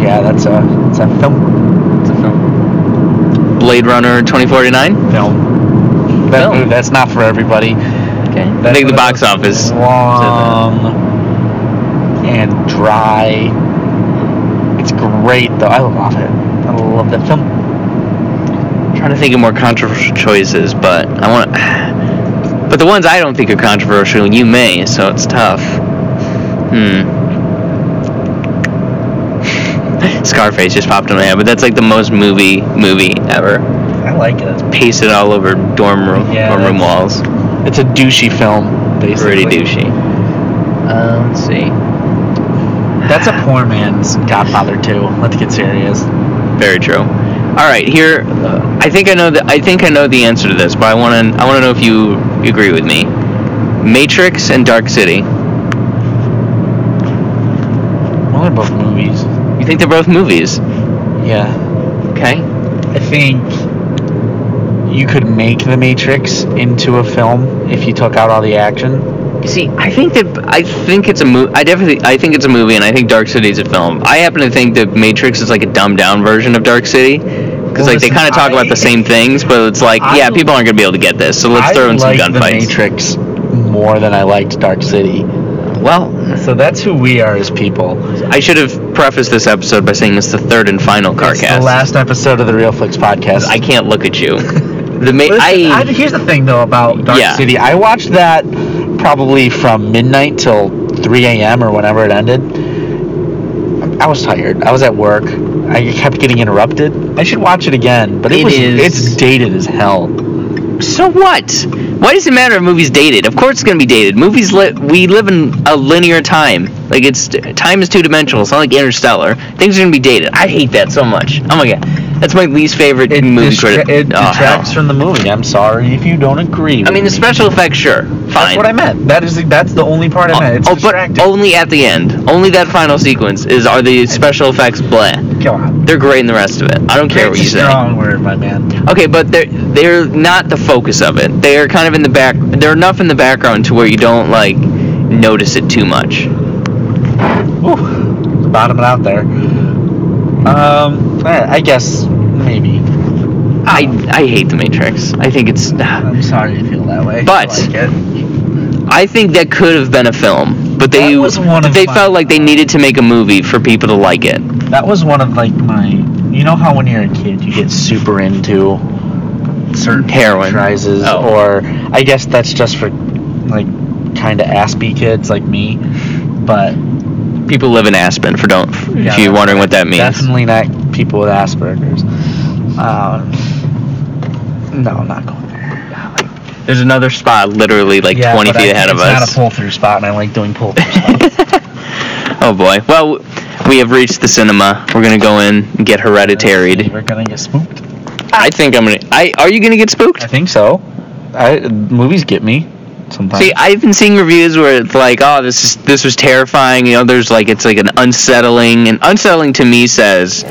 [SPEAKER 3] yeah, that's a it's a film.
[SPEAKER 2] It's a film. Blade Runner 2049.
[SPEAKER 3] Film. That
[SPEAKER 2] Film.
[SPEAKER 3] movie, that's not for everybody.
[SPEAKER 2] Okay. I
[SPEAKER 3] That's
[SPEAKER 2] think the
[SPEAKER 3] one of
[SPEAKER 2] box
[SPEAKER 3] those
[SPEAKER 2] office.
[SPEAKER 3] Long and dry. It's great though. I love it. I love that film.
[SPEAKER 2] I'm trying to think of more controversial choices, but I want. But the ones I don't think are controversial, you may, so it's tough. Hmm. Scarface just popped in my head, but that's like the most movie movie ever.
[SPEAKER 3] I like it.
[SPEAKER 2] Pasted all over dorm room
[SPEAKER 3] Yeah,
[SPEAKER 2] dorm room
[SPEAKER 3] that's-
[SPEAKER 2] walls.
[SPEAKER 3] It's a douchey film, basically. Um,
[SPEAKER 2] Pretty douchey. Uh, let's see.
[SPEAKER 3] That's a poor man's Godfather too. Let's get serious.
[SPEAKER 2] Very true. All right, here. I think I know the. I think I know the answer to this, but I want to. I want to know if you agree with me. Matrix and Dark City.
[SPEAKER 3] Well, they're both movies.
[SPEAKER 2] You think they're both movies?
[SPEAKER 3] Yeah.
[SPEAKER 2] Okay.
[SPEAKER 3] I think you could make The Matrix into a film if you took out all the action.
[SPEAKER 2] You see, I think that I think it's a movie. I definitely. I think it's a movie, and I think Dark City is a film. I happen to think that Matrix is like a dumbed down version of Dark City. Because
[SPEAKER 3] Well,
[SPEAKER 2] like they
[SPEAKER 3] listen,
[SPEAKER 2] kind of talk about
[SPEAKER 3] I-
[SPEAKER 2] the same things, but it's like,
[SPEAKER 3] I-
[SPEAKER 2] yeah, people aren't gonna be able to get this, so let's
[SPEAKER 3] I
[SPEAKER 2] throw in
[SPEAKER 3] like
[SPEAKER 2] some
[SPEAKER 3] The
[SPEAKER 2] gunfights.
[SPEAKER 3] Matrix more than I liked Dark City.
[SPEAKER 2] Well,
[SPEAKER 3] So that's who we are as people.
[SPEAKER 2] I should have prefaced this episode by saying it's the third and final
[SPEAKER 3] It's
[SPEAKER 2] carcast.
[SPEAKER 3] the last episode of the Real Flicks podcast.
[SPEAKER 2] I can't look at you. The ma-
[SPEAKER 3] Listen, I,
[SPEAKER 2] I,
[SPEAKER 3] here's the thing though about Dark
[SPEAKER 2] Yeah.
[SPEAKER 3] City. I watched that probably from midnight till 3 a.m. or whenever it ended. I was tired. I was at work. I kept getting interrupted. I should watch it again, but it,
[SPEAKER 2] It
[SPEAKER 3] was
[SPEAKER 2] is-
[SPEAKER 3] it's dated as hell.
[SPEAKER 2] So what? Why does it matter if movies dated? Of course it's gonna be dated. Movies li- we live in a linear time. Like it's time is two dimensional. It's not like Interstellar. Things are gonna be dated. I hate that so much. Oh my god, that's my least favorite
[SPEAKER 3] It,
[SPEAKER 2] movie
[SPEAKER 3] distra-
[SPEAKER 2] critic.
[SPEAKER 3] it
[SPEAKER 2] Oh, hell.
[SPEAKER 3] detracts from the movie. I'm sorry if you don't agree.
[SPEAKER 2] I
[SPEAKER 3] with
[SPEAKER 2] mean the
[SPEAKER 3] me.
[SPEAKER 2] special effects, sure, fine.
[SPEAKER 3] That's what I meant. That is the, that's the only part I meant. It's
[SPEAKER 2] oh, but
[SPEAKER 3] distracting.
[SPEAKER 2] only at the end. Only that final sequence is are the special effects bleh.
[SPEAKER 3] Come on.
[SPEAKER 2] They're great in the rest of it. I don't care what
[SPEAKER 3] It's
[SPEAKER 2] you
[SPEAKER 3] a
[SPEAKER 2] say.
[SPEAKER 3] strong word, my man.
[SPEAKER 2] Okay, but they're they're not the focus of it. They are kind of in the back. They're enough in the background to where you don't like notice it too much.
[SPEAKER 3] Ooh, bottom it out there. Um, alright, I guess maybe.
[SPEAKER 2] I I hate the Matrix. I think it's.
[SPEAKER 3] I'm sorry you feel that way.
[SPEAKER 2] But-
[SPEAKER 3] I like it.
[SPEAKER 2] I think that could have been a film, but they
[SPEAKER 3] That was one of
[SPEAKER 2] they
[SPEAKER 3] my-
[SPEAKER 2] felt like they needed to make a movie for people to like it.
[SPEAKER 3] that was one of like my. You know how when you're a kid you get super into certain
[SPEAKER 2] Heroin.
[SPEAKER 3] franchises,
[SPEAKER 2] Oh.
[SPEAKER 3] or I guess that's just for like kind of aspie kids like me. But
[SPEAKER 2] People live in Aspen for don't.
[SPEAKER 3] Yeah,
[SPEAKER 2] if you're wondering what that means.
[SPEAKER 3] Definitely not people with Asperger's. Um, no, I'm not going there.
[SPEAKER 2] There's another spot literally like
[SPEAKER 3] Yeah,
[SPEAKER 2] 20
[SPEAKER 3] but
[SPEAKER 2] feet
[SPEAKER 3] I-
[SPEAKER 2] ahead of
[SPEAKER 3] it's
[SPEAKER 2] us.
[SPEAKER 3] not a pull through spot, and I like doing pull through spots.
[SPEAKER 2] oh boy. Well, we have reached the cinema. We're gonna go in and get hereditaried.
[SPEAKER 3] We're gonna get spooked.
[SPEAKER 2] I think I'm gonna. I are you gonna get spooked?
[SPEAKER 3] I think so. I movies get me sometimes.
[SPEAKER 2] See, I've been seeing reviews where it's like, "Oh, this is this was terrifying." You know, there's like it's like an unsettling, and unsettling to me says,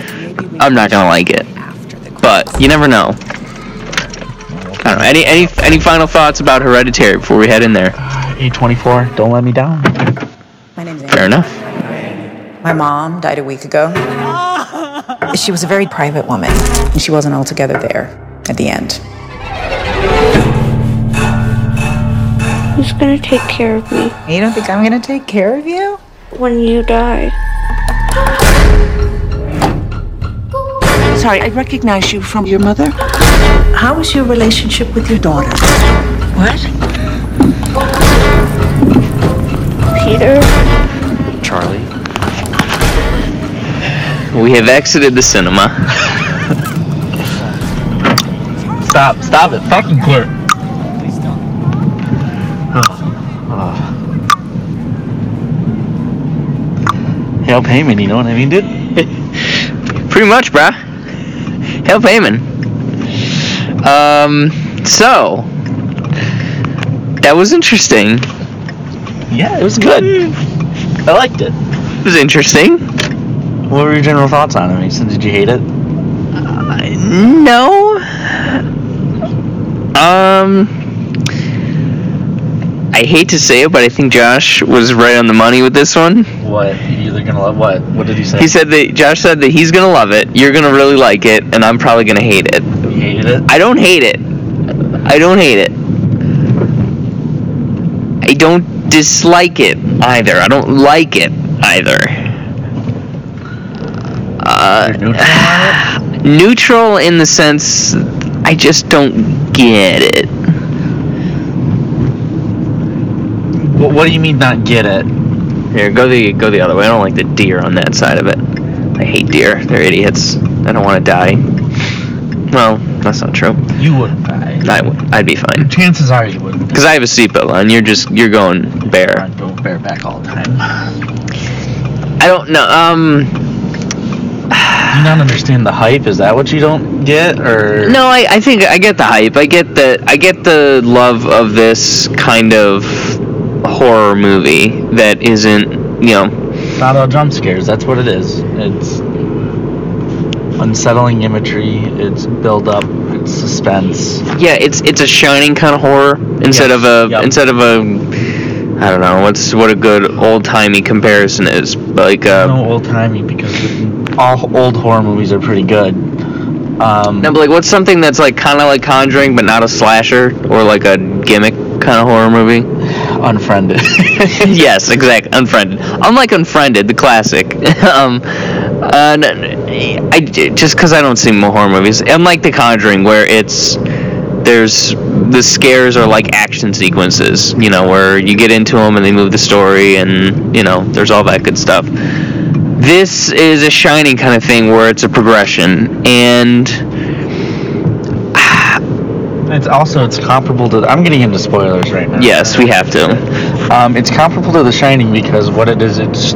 [SPEAKER 2] "I'm not gonna like it." But you never know. I don't know. Any any any final thoughts about Hereditary before we head in there?
[SPEAKER 3] A24, don't let me down.
[SPEAKER 4] My name's Anne.
[SPEAKER 2] Fair enough.
[SPEAKER 4] My mom died a week ago. she was a very private woman, and she wasn't altogether there at the end.
[SPEAKER 5] Who's gonna take care of me
[SPEAKER 4] You don't think I'm gonna take care of you?
[SPEAKER 5] when you die?
[SPEAKER 6] Sorry, I recognize you from your mother.
[SPEAKER 7] How is your relationship with your daughter?
[SPEAKER 6] What?
[SPEAKER 5] Peter?
[SPEAKER 2] Charlie. We have exited the cinema.
[SPEAKER 3] Stop, stop it. Fucking clear. Hail payment, you know what I mean, dude?
[SPEAKER 2] Pretty much, bruh. Hell payment. Um, so that was interesting.
[SPEAKER 3] Yeah, it was good. I liked it.
[SPEAKER 2] It was interesting.
[SPEAKER 3] What were your general thoughts on it, Mason? Did you hate it?
[SPEAKER 2] No. Um, I hate to say it, but I think Josh was right on the money with this one.
[SPEAKER 3] What? You're either gonna love what? What did he say?
[SPEAKER 2] He said that Josh said that he's gonna love it, you're gonna really like it, and I'm probably gonna hate it.
[SPEAKER 3] you hated it.
[SPEAKER 2] I don't hate it. I don't hate it. I don't dislike it either. I don't like it either.
[SPEAKER 3] You're neutral on it?
[SPEAKER 2] Uh, Neutral in the sense I just don't get it.
[SPEAKER 3] Wh- What do you mean not get it?
[SPEAKER 2] Here, go the go the other way. I don't like the deer on that side of it. I hate deer. They're idiots. I don't want to die. Well, that's not true.
[SPEAKER 3] You wouldn't die.
[SPEAKER 2] I would, I'd be fine.
[SPEAKER 3] Chances are you wouldn't.
[SPEAKER 2] Cause I have a seatbelt on. You're just you're going bare.
[SPEAKER 3] I'd go bareback all the time.
[SPEAKER 2] I don't know. Um.
[SPEAKER 3] Do you not understand the hype? Is that what you don't get, or
[SPEAKER 2] No, I, I think I get the hype. I get the I get the love of this kind of horror movie that isn't you know
[SPEAKER 3] It's not all jump scares. That's what it is. It's unsettling imagery. It's build up. It's suspense.
[SPEAKER 2] yeah it's it's a shining kind of horror instead of
[SPEAKER 3] Yes,
[SPEAKER 2] a
[SPEAKER 3] yep.
[SPEAKER 2] instead of a I don't know what's what a good old timey comparison is like uh,
[SPEAKER 3] No old timey because all old horror movies are pretty good. Um,
[SPEAKER 2] No, but like what's something that's like kind of like Conjuring, but not a slasher or like a gimmick kind of horror movie?
[SPEAKER 3] unfriended.
[SPEAKER 2] yes, exact. Unfriended. Unlike Unfriended, the classic. um, uh, n- I just because I don't see more horror movies. Unlike The Conjuring, where it's there's the scares are like action sequences, you know, where you get into them and they move the story, and you know, there's all that good stuff. This is a shining kind of thing where it's a progression, and
[SPEAKER 3] It's also it's comparable to. I'm getting into spoilers right now.
[SPEAKER 2] Yes, we have to.
[SPEAKER 3] Um, it's comparable to The Shining because what it is, it's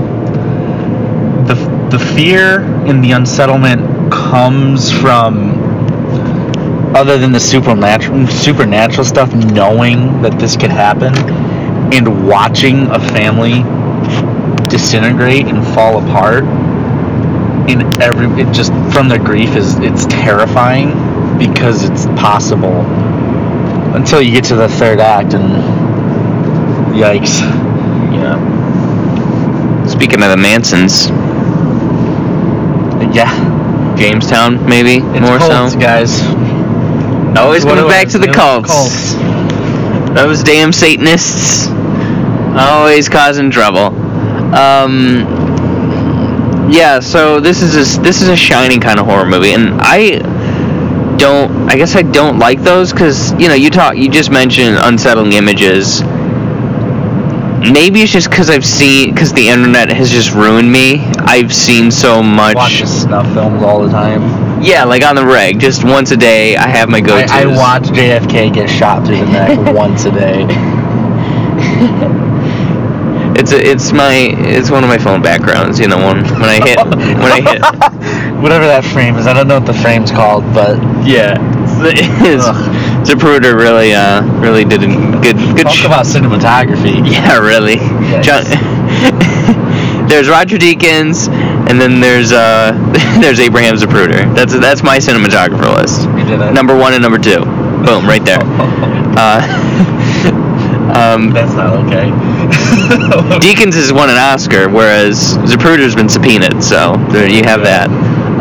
[SPEAKER 3] the the fear and the unsettlement comes from other than the supernatural supernatural stuff, knowing that this could happen and watching a family disintegrate and fall apart. And every it just from their grief is it's terrifying because it's possible until you get to the third act and Yikes. Yeah.
[SPEAKER 2] Speaking of the Mansons,
[SPEAKER 3] Yeah.
[SPEAKER 2] Jamestown maybe
[SPEAKER 3] It's
[SPEAKER 2] more
[SPEAKER 3] cults,
[SPEAKER 2] so.
[SPEAKER 3] guys.
[SPEAKER 2] Always
[SPEAKER 3] What
[SPEAKER 2] coming
[SPEAKER 3] it
[SPEAKER 2] back
[SPEAKER 3] was.
[SPEAKER 2] to the
[SPEAKER 3] It was
[SPEAKER 2] cults. Those damn Satanists, always causing trouble. Um, yeah, so this is a, this is a shining kind of horror movie, and I don't. I guess I don't like those because you know you talk you just mentioned unsettling images. Maybe it's just because I've seen because the internet has just ruined me. I've seen so much.
[SPEAKER 3] Watch snuff films all the time.
[SPEAKER 2] Yeah, like on the reg, just once a day. I have my go-tos.
[SPEAKER 3] I, I watch JFK get shot through the neck once a day.
[SPEAKER 2] It's a, it's my it's one of my phone backgrounds. You know, when when I hit when I hit.
[SPEAKER 3] Whatever that frame is, I don't know what the frame's called, but
[SPEAKER 2] Yeah, it's, it's Zapruder really uh really did a good good.
[SPEAKER 3] talk
[SPEAKER 2] sh-
[SPEAKER 3] about cinematography.
[SPEAKER 2] yeah, really.
[SPEAKER 3] Yikes.
[SPEAKER 2] John, there's Roger Deakins, and then there's uh there's Abraham Zapruder. That's that's my cinematographer list.
[SPEAKER 3] You did it.
[SPEAKER 2] Number one and number two. Boom, right there.
[SPEAKER 3] Oh,
[SPEAKER 2] Uh, um,
[SPEAKER 3] That's not okay.
[SPEAKER 2] Deacons has won an Oscar, whereas Zapruder's been subpoenaed. So there you have that.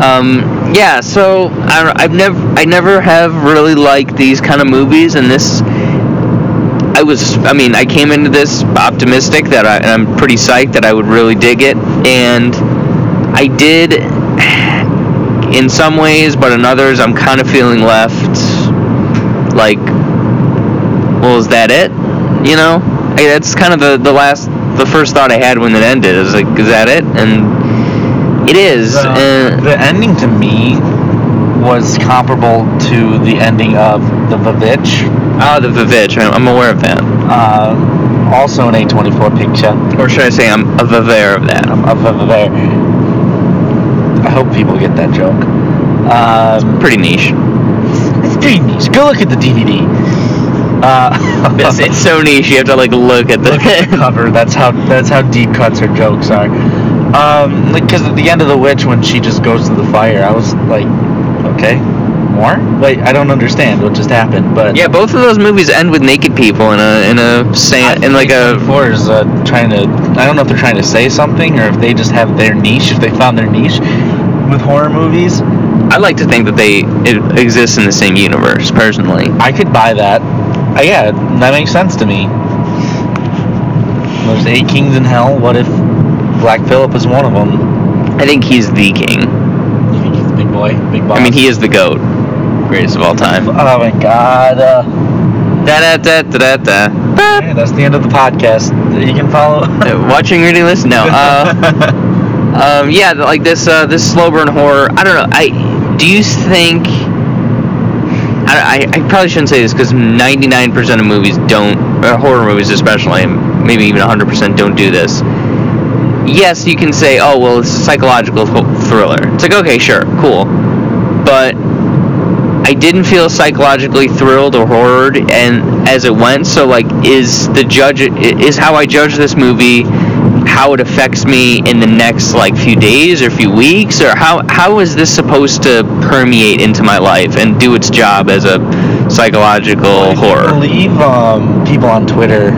[SPEAKER 2] Um, yeah, so I, don't- I've never, I never have really liked these kind of movies, and this, I was, I mean, I came into this optimistic that I, and I'm pretty psyched that I would really dig it, and I did, in some ways, but in others, I'm kind of feeling left, like well, is that it? You know, I, that's kind of the, the last, the first thought I had when it ended. Is like, is that it? And it is.
[SPEAKER 3] the,
[SPEAKER 2] Uh,
[SPEAKER 3] the ending to me was comparable to the ending of The Vavitch,
[SPEAKER 2] oh, the Vivitch. I'm, I'm aware of that.
[SPEAKER 3] uh, also an A24 picture.
[SPEAKER 2] Or should I say, I'm of- aware of that. I'm
[SPEAKER 3] of over there. I hope people get that joke. Um,
[SPEAKER 2] pretty niche.
[SPEAKER 3] it's pretty niche. Go look at the DVD. Uh,
[SPEAKER 2] It's, it's so niche. You have to like look at the.
[SPEAKER 3] look at the cover. That's how that's how deep cuts her jokes are. Um, because at the end of the witch, when she just goes to the fire, I was like, okay, more? Like I don't understand what just happened, but
[SPEAKER 2] yeah, both of those movies end with naked people in a in a sand in like a
[SPEAKER 3] Four is uh, trying to. I don't know if they're trying to say something or if they just have their niche. If they found their niche with horror movies,
[SPEAKER 2] I like to think that they it exists in the same universe, personally.
[SPEAKER 3] I could buy that. Uh, yeah, that makes sense to me. There's eight kings in hell. What if Black Phillip is one of them?
[SPEAKER 2] I think he's the king.
[SPEAKER 3] You think he's a big boy, big boss?
[SPEAKER 2] I mean, he is the goat, greatest of all time.
[SPEAKER 3] Oh my God. Uh,
[SPEAKER 2] Da da da da da da.
[SPEAKER 3] hey, that's the end of the podcast. You can follow.
[SPEAKER 2] Uh, Watching, reading, listen. No. Uh, um, yeah, th- like this. Uh, this slow burn horror. I don't know. I do you think? I, I, I probably shouldn't say this because 99% of movies don't, uh, horror movies especially, and maybe even 100% don't do this. Yes, you can say, oh, well, it's a psychological th- thriller. It's like, okay, sure, cool. But I didn't feel psychologically thrilled or horrored, and as it went, so like, is the judge is how I judge this movie, how it affects me in the next like few days or few weeks, or how how is this supposed to permeate into my life and do its job as a psychological
[SPEAKER 3] I
[SPEAKER 2] horror?
[SPEAKER 3] believe um, people on Twitter.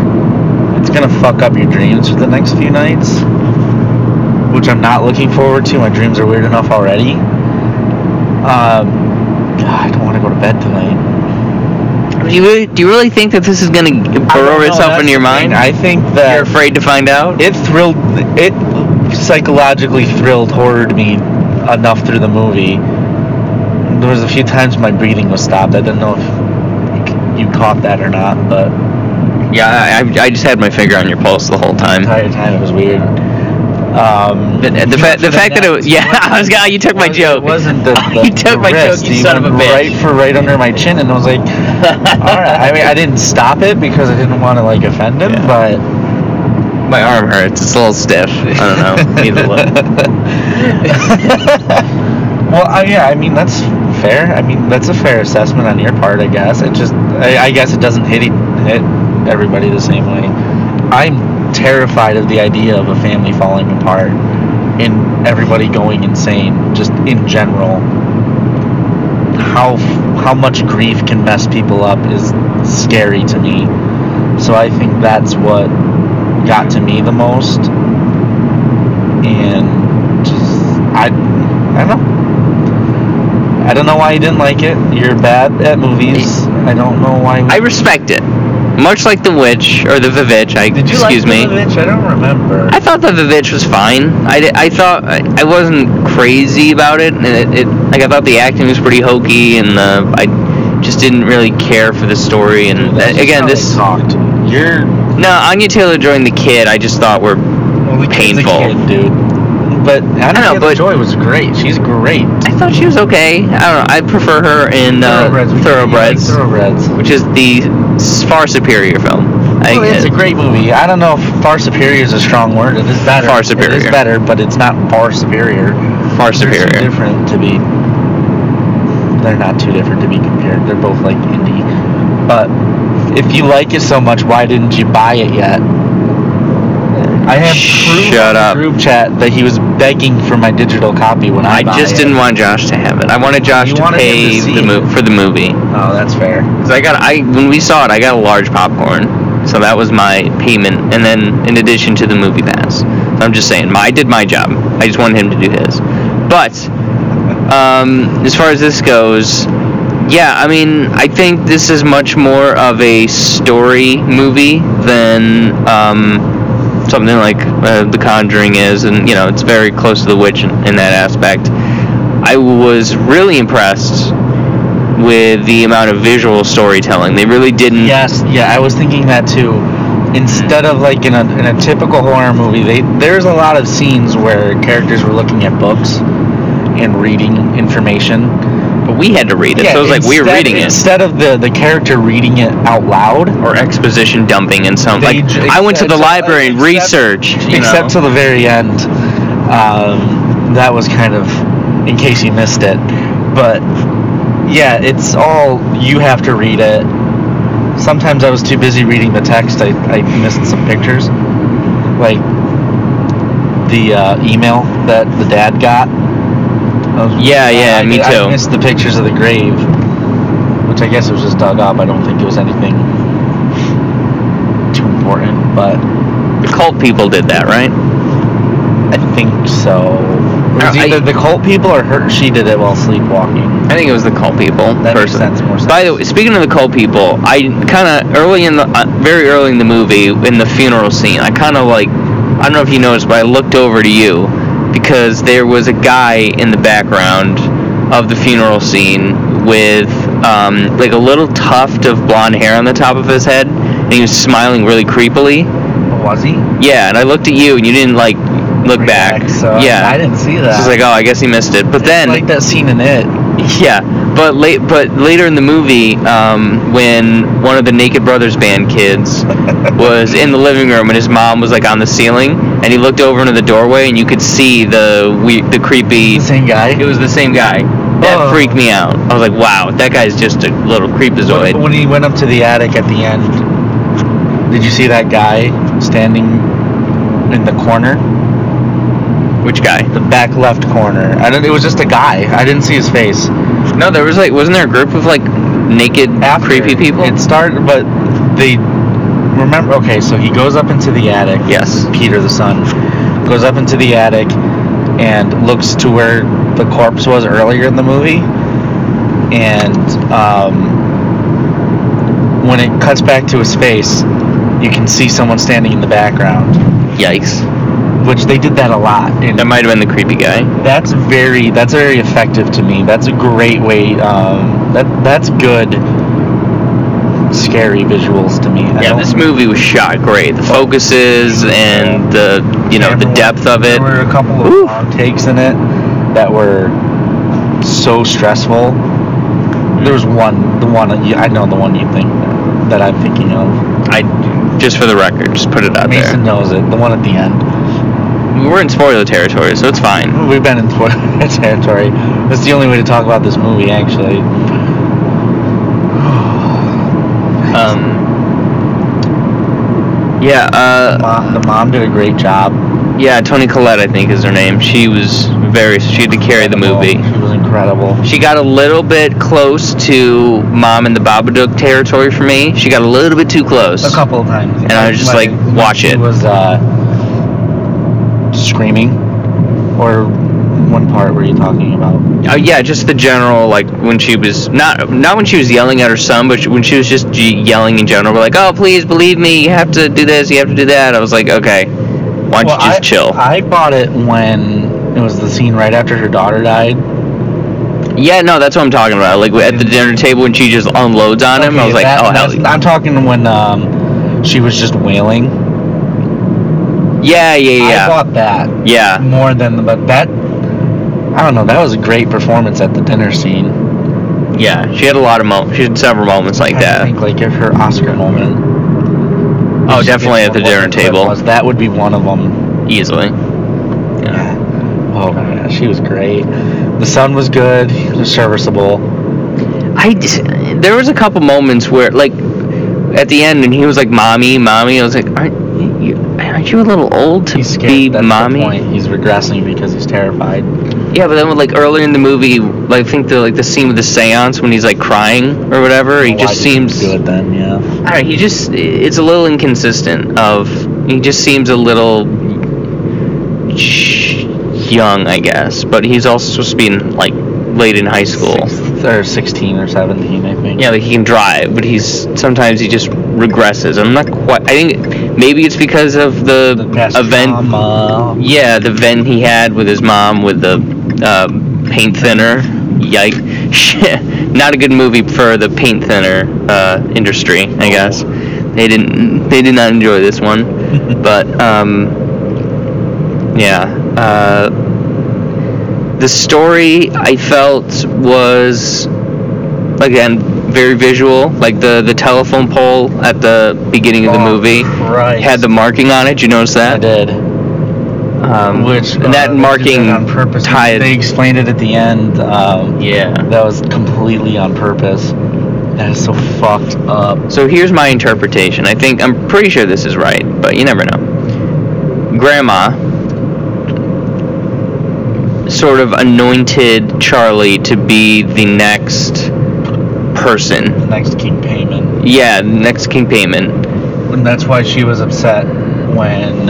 [SPEAKER 3] It's gonna fuck up your dreams for the next few nights, which I'm not looking forward to. My dreams are weird enough already. Um, I don't want to go to bed tonight.
[SPEAKER 2] Do you really, do you really think that this is going to
[SPEAKER 3] I don't
[SPEAKER 2] burrow
[SPEAKER 3] know,
[SPEAKER 2] itself
[SPEAKER 3] that's
[SPEAKER 2] into your
[SPEAKER 3] the thing.
[SPEAKER 2] mind?
[SPEAKER 3] I think that
[SPEAKER 2] You're afraid to find out.
[SPEAKER 3] it thrilled, it psychologically thrilled, horrored me enough through the movie. There was a few times my breathing was stopped. I didn't know if you caught that or not, but
[SPEAKER 2] Mm-hmm. Yeah, I, I I just had my finger on your pulse the whole
[SPEAKER 3] the
[SPEAKER 2] time.
[SPEAKER 3] entire time it was weird. Um,
[SPEAKER 2] The, the, fa- the fact that it was yeah, I was gonna, you took my
[SPEAKER 3] It
[SPEAKER 2] joke.
[SPEAKER 3] wasn't the, the
[SPEAKER 2] you took
[SPEAKER 3] the
[SPEAKER 2] my
[SPEAKER 3] wrist.
[SPEAKER 2] joke, you
[SPEAKER 3] He
[SPEAKER 2] son of a
[SPEAKER 3] went
[SPEAKER 2] bitch.
[SPEAKER 3] Right for right under my chin, and I was like, All right. I mean, I didn't stop it because I didn't want to like offend him,
[SPEAKER 2] Yeah.
[SPEAKER 3] but
[SPEAKER 2] My arm hurts. It's a little stiff. I don't know. Need to look.
[SPEAKER 3] well, I, yeah. I mean, that's fair. I mean, that's a fair assessment on your part, I guess. It just, I, I guess, it doesn't hit e- hit everybody the same way. I'm terrified of the idea of a family falling apart and everybody going insane, just in general. How f- how much grief can mess people up is scary to me. So I think that's what got to me the most. And just, I, I don't know. I don't know why you didn't like it. You're bad at movies. I don't know why.
[SPEAKER 2] I respect it. Much like the witch or the Vivitch. I
[SPEAKER 3] Did you
[SPEAKER 2] excuse
[SPEAKER 3] like
[SPEAKER 2] me.
[SPEAKER 3] The Village? I don't remember.
[SPEAKER 2] I thought the Vivitch was fine. I, di- I thought I, I wasn't crazy about it, and it, it like I thought the acting was pretty hokey, and uh, I just didn't really care for the story. And uh,
[SPEAKER 3] That's just
[SPEAKER 2] again,
[SPEAKER 3] how they
[SPEAKER 2] this
[SPEAKER 3] talked. You're
[SPEAKER 2] no Anya Taylor joined the kid. I just thought were
[SPEAKER 3] well, the kid's a
[SPEAKER 2] Painful.
[SPEAKER 3] kid, dude. But I
[SPEAKER 2] know,
[SPEAKER 3] don't know.
[SPEAKER 2] but-
[SPEAKER 3] Joy was great. She's great.
[SPEAKER 2] I thought she was okay. I don't know. I prefer her in uh,
[SPEAKER 3] Thoroughbreds. We-
[SPEAKER 2] Thoroughbreds,
[SPEAKER 3] yeah, Thoroughbreds.
[SPEAKER 2] which is the s- far superior film. I
[SPEAKER 3] Well, Oh, it's a
[SPEAKER 2] uh,
[SPEAKER 3] great movie. I don't know if far superior is a strong word. It is better.
[SPEAKER 2] Far
[SPEAKER 3] It is
[SPEAKER 2] superior.
[SPEAKER 3] better, but it's not far superior.
[SPEAKER 2] far
[SPEAKER 3] They're too
[SPEAKER 2] superior.
[SPEAKER 3] different to be. They're not too different to be compared. They're both like indie. But if you like it so much, why didn't you buy it yet? I have proof
[SPEAKER 2] Shut
[SPEAKER 3] in the
[SPEAKER 2] up.
[SPEAKER 3] group chat that he was begging for my digital copy when I.
[SPEAKER 2] I
[SPEAKER 3] buy
[SPEAKER 2] just
[SPEAKER 3] it.
[SPEAKER 2] didn't want Josh to have it. I wanted Josh
[SPEAKER 3] You
[SPEAKER 2] to
[SPEAKER 3] wanted him to
[SPEAKER 2] pay
[SPEAKER 3] see
[SPEAKER 2] the
[SPEAKER 3] it.
[SPEAKER 2] mo- for the movie.
[SPEAKER 3] Oh, that's fair.
[SPEAKER 2] So I got I when we saw it, I got a large popcorn. So that was my payment, and then in addition to the movie pass. So I'm just saying, my, I did my job. I just wanted him to do his. But um, as far as this goes, yeah, I mean, I think this is much more of a story movie than um, something like uh, The Conjuring is, and you know, it's very close to The Witch in, in that aspect. I was really impressed with the amount of visual storytelling. They really didn't.
[SPEAKER 3] Yes, yeah, I was thinking that too. Instead of like in a, in a typical horror movie, they, there's a lot of scenes where characters were looking at books and reading information.
[SPEAKER 2] But we had to read it, so it was like we were
[SPEAKER 3] instead-
[SPEAKER 2] reading it
[SPEAKER 3] instead of the the character reading it out loud.
[SPEAKER 2] or exposition dumping and some
[SPEAKER 3] They
[SPEAKER 2] like.
[SPEAKER 3] ju-
[SPEAKER 2] I went to the
[SPEAKER 3] except-
[SPEAKER 2] library and
[SPEAKER 3] except-
[SPEAKER 2] researched. You
[SPEAKER 3] except
[SPEAKER 2] know?
[SPEAKER 3] to the very end. Um, that was kind of, in case you missed it, but yeah, it's all you have to read it. Sometimes I was too busy reading the text, I, I missed some pictures, like the uh, email that the dad got. I was-
[SPEAKER 2] Yeah, yeah,
[SPEAKER 3] I-
[SPEAKER 2] me
[SPEAKER 3] I
[SPEAKER 2] too.
[SPEAKER 3] missed the pictures of the grave, which I guess was just dug up. I don't think it was anything too important, but
[SPEAKER 2] the cult people did that, right?
[SPEAKER 3] I think so. It was
[SPEAKER 2] I-
[SPEAKER 3] either the cult people or her. She did it while sleepwalking.
[SPEAKER 2] I think it was the cult people.
[SPEAKER 3] That makes
[SPEAKER 2] person.
[SPEAKER 3] sense, more sense.
[SPEAKER 2] By the way, speaking of the cult people, I kind of early in the uh, very early in the movie in the funeral scene, I kind of like I don't know if you noticed, but I looked over to you because there was a guy in the background of the funeral scene with um, like a little tuft of blonde hair on the top of his head, and he was smiling really creepily.
[SPEAKER 3] Was he?
[SPEAKER 2] Yeah, and I looked at you, and you didn't like look back.
[SPEAKER 3] So
[SPEAKER 2] yeah,
[SPEAKER 3] uh, I didn't see that.
[SPEAKER 2] So it's like, oh, I guess he missed it. But then
[SPEAKER 3] like that scene in it.
[SPEAKER 2] yeah, but late, but later in the movie, um, when one of the Naked Brothers band kids was in the living room and his mom was like on the ceiling, and he looked over into the doorway and you could see the we, the creepy.
[SPEAKER 3] The same guy.
[SPEAKER 2] It was the same guy. That
[SPEAKER 3] Oh.
[SPEAKER 2] freaked me out. I was like, wow, that guy's just a little creepazoid.
[SPEAKER 3] when, when he went up to the attic at the end. Did you see that guy standing in the corner,
[SPEAKER 2] Which guy?
[SPEAKER 3] the back left corner? I don't. It was just a guy. I didn't see his face.
[SPEAKER 2] No, there was like, wasn't there a group of like naked
[SPEAKER 3] after
[SPEAKER 2] creepy people?
[SPEAKER 3] It started, but they remember. Okay, so he goes up into the attic.
[SPEAKER 2] Yes.
[SPEAKER 3] Peter the son goes up into the attic and looks to where the corpse was earlier in the movie, and um, when it cuts back to his face, you can see someone standing in the background,
[SPEAKER 2] Yikes!
[SPEAKER 3] which they did that a lot. in
[SPEAKER 2] That might have been the creepy guy.
[SPEAKER 3] that's very that's very effective to me. That's a great way. Um, that that's good. Scary visuals to me. I
[SPEAKER 2] Yeah,
[SPEAKER 3] don't-
[SPEAKER 2] this movie was shot great. The focuses and the you know the
[SPEAKER 3] Camera-
[SPEAKER 2] depth of it.
[SPEAKER 3] There were a couple of
[SPEAKER 2] Woo.
[SPEAKER 3] long takes in it that were so stressful. There's
[SPEAKER 2] Hmm.
[SPEAKER 3] one, the one that you, I know, the one you think that I'm thinking of.
[SPEAKER 2] I just for the record, just put it out there.
[SPEAKER 3] Mason knows it. The one at the end.
[SPEAKER 2] We're in spoiler territory, so it's fine.
[SPEAKER 3] We've been in spoiler territory. That's the only way to talk about this movie, actually.
[SPEAKER 2] Um, yeah, uh,
[SPEAKER 3] Mom, the mom did a great job.
[SPEAKER 2] yeah. Tony Collette, I think, is her name. She was very. She had to carry the movie.
[SPEAKER 3] She was incredible.
[SPEAKER 2] She got a little bit close to Mom and the Babadook territory for me. She got a little bit too close.
[SPEAKER 3] A couple of times.
[SPEAKER 2] And I was just like,
[SPEAKER 3] when
[SPEAKER 2] watch
[SPEAKER 3] she
[SPEAKER 2] it.
[SPEAKER 3] was uh, screaming, or one part were you talking about?
[SPEAKER 2] Uh, yeah, just the general like when she was not not when she was yelling at her son, but she- when she was just g- yelling in general, like, "Oh, please believe me, you have to do this, you have to do that." I was like, "Okay, why don't
[SPEAKER 3] Well,
[SPEAKER 2] you just
[SPEAKER 3] I,
[SPEAKER 2] chill?"
[SPEAKER 3] I bought it when it was the scene right after her daughter died.
[SPEAKER 2] yeah, no, that's what I'm talking about. Like at the dinner table when she just unloads on him, I
[SPEAKER 3] Okay,
[SPEAKER 2] was like,
[SPEAKER 3] that-
[SPEAKER 2] "Oh
[SPEAKER 3] that's-
[SPEAKER 2] hell,
[SPEAKER 3] I'm talking when um, she was just wailing.
[SPEAKER 2] yeah, yeah,
[SPEAKER 3] I
[SPEAKER 2] yeah,
[SPEAKER 3] bought that
[SPEAKER 2] yeah."
[SPEAKER 3] more than the but that. I don't know. That was a great performance at the dinner scene.
[SPEAKER 2] Yeah, she had a lot of moments. She had several moments like
[SPEAKER 3] I
[SPEAKER 2] that.
[SPEAKER 3] think like if her Oscar moment.
[SPEAKER 2] Oh, definitely at the
[SPEAKER 3] What
[SPEAKER 2] dinner
[SPEAKER 3] it
[SPEAKER 2] table,
[SPEAKER 3] was, that would be one of them.
[SPEAKER 2] easily. Yeah.
[SPEAKER 3] Oh my gosh, she was great. The sun was good. It was serviceable.
[SPEAKER 2] I just, there was a couple moments where like at the end and he was like mommy mommy I was like aren't you aren't you a little old to
[SPEAKER 3] He's scared.
[SPEAKER 2] be
[SPEAKER 3] That's the
[SPEAKER 2] mommy
[SPEAKER 3] point. He's regressing because he's terrified.
[SPEAKER 2] yeah but then like earlier in the movie like I think the like the scene with the seance when he's like crying or whatever he
[SPEAKER 3] Why
[SPEAKER 2] just
[SPEAKER 3] did he
[SPEAKER 2] seems
[SPEAKER 3] do it then. Yeah.
[SPEAKER 2] I don't know, he just it's a little inconsistent of he just seems a little young I guess but he's also supposed to be in like late in high school
[SPEAKER 3] Six- or sixteen or seventeen, I think.
[SPEAKER 2] Yeah, like he can drive, but he's sometimes he just regresses. I'm not quite. I think maybe it's because of the,
[SPEAKER 3] The past
[SPEAKER 2] event.
[SPEAKER 3] trauma.
[SPEAKER 2] Yeah, the event he had with his mom with the um, paint thinner. Yike! Shit. not a good movie for the paint thinner uh, industry, I
[SPEAKER 3] Oh.
[SPEAKER 2] guess. They didn't. They did not enjoy this one, but um, yeah. Uh, the story I felt was again very visual like the the telephone pole at the beginning of the
[SPEAKER 3] Oh,
[SPEAKER 2] movie
[SPEAKER 3] Christ.
[SPEAKER 2] had the marking on it Did you notice
[SPEAKER 3] I
[SPEAKER 2] that
[SPEAKER 3] did.
[SPEAKER 2] um,
[SPEAKER 3] Which
[SPEAKER 2] and that
[SPEAKER 3] uh, they did
[SPEAKER 2] marking
[SPEAKER 3] on purpose.
[SPEAKER 2] tied
[SPEAKER 3] They explained it at the end. Um,
[SPEAKER 2] yeah
[SPEAKER 3] That was completely on purpose. That is so fucked up.
[SPEAKER 2] so here's my interpretation i think i'm pretty sure this is right but you never know grandma sort of anointed charlie to be the next person
[SPEAKER 3] Next king payment.
[SPEAKER 2] yeah next king payment
[SPEAKER 3] And that's why she was upset when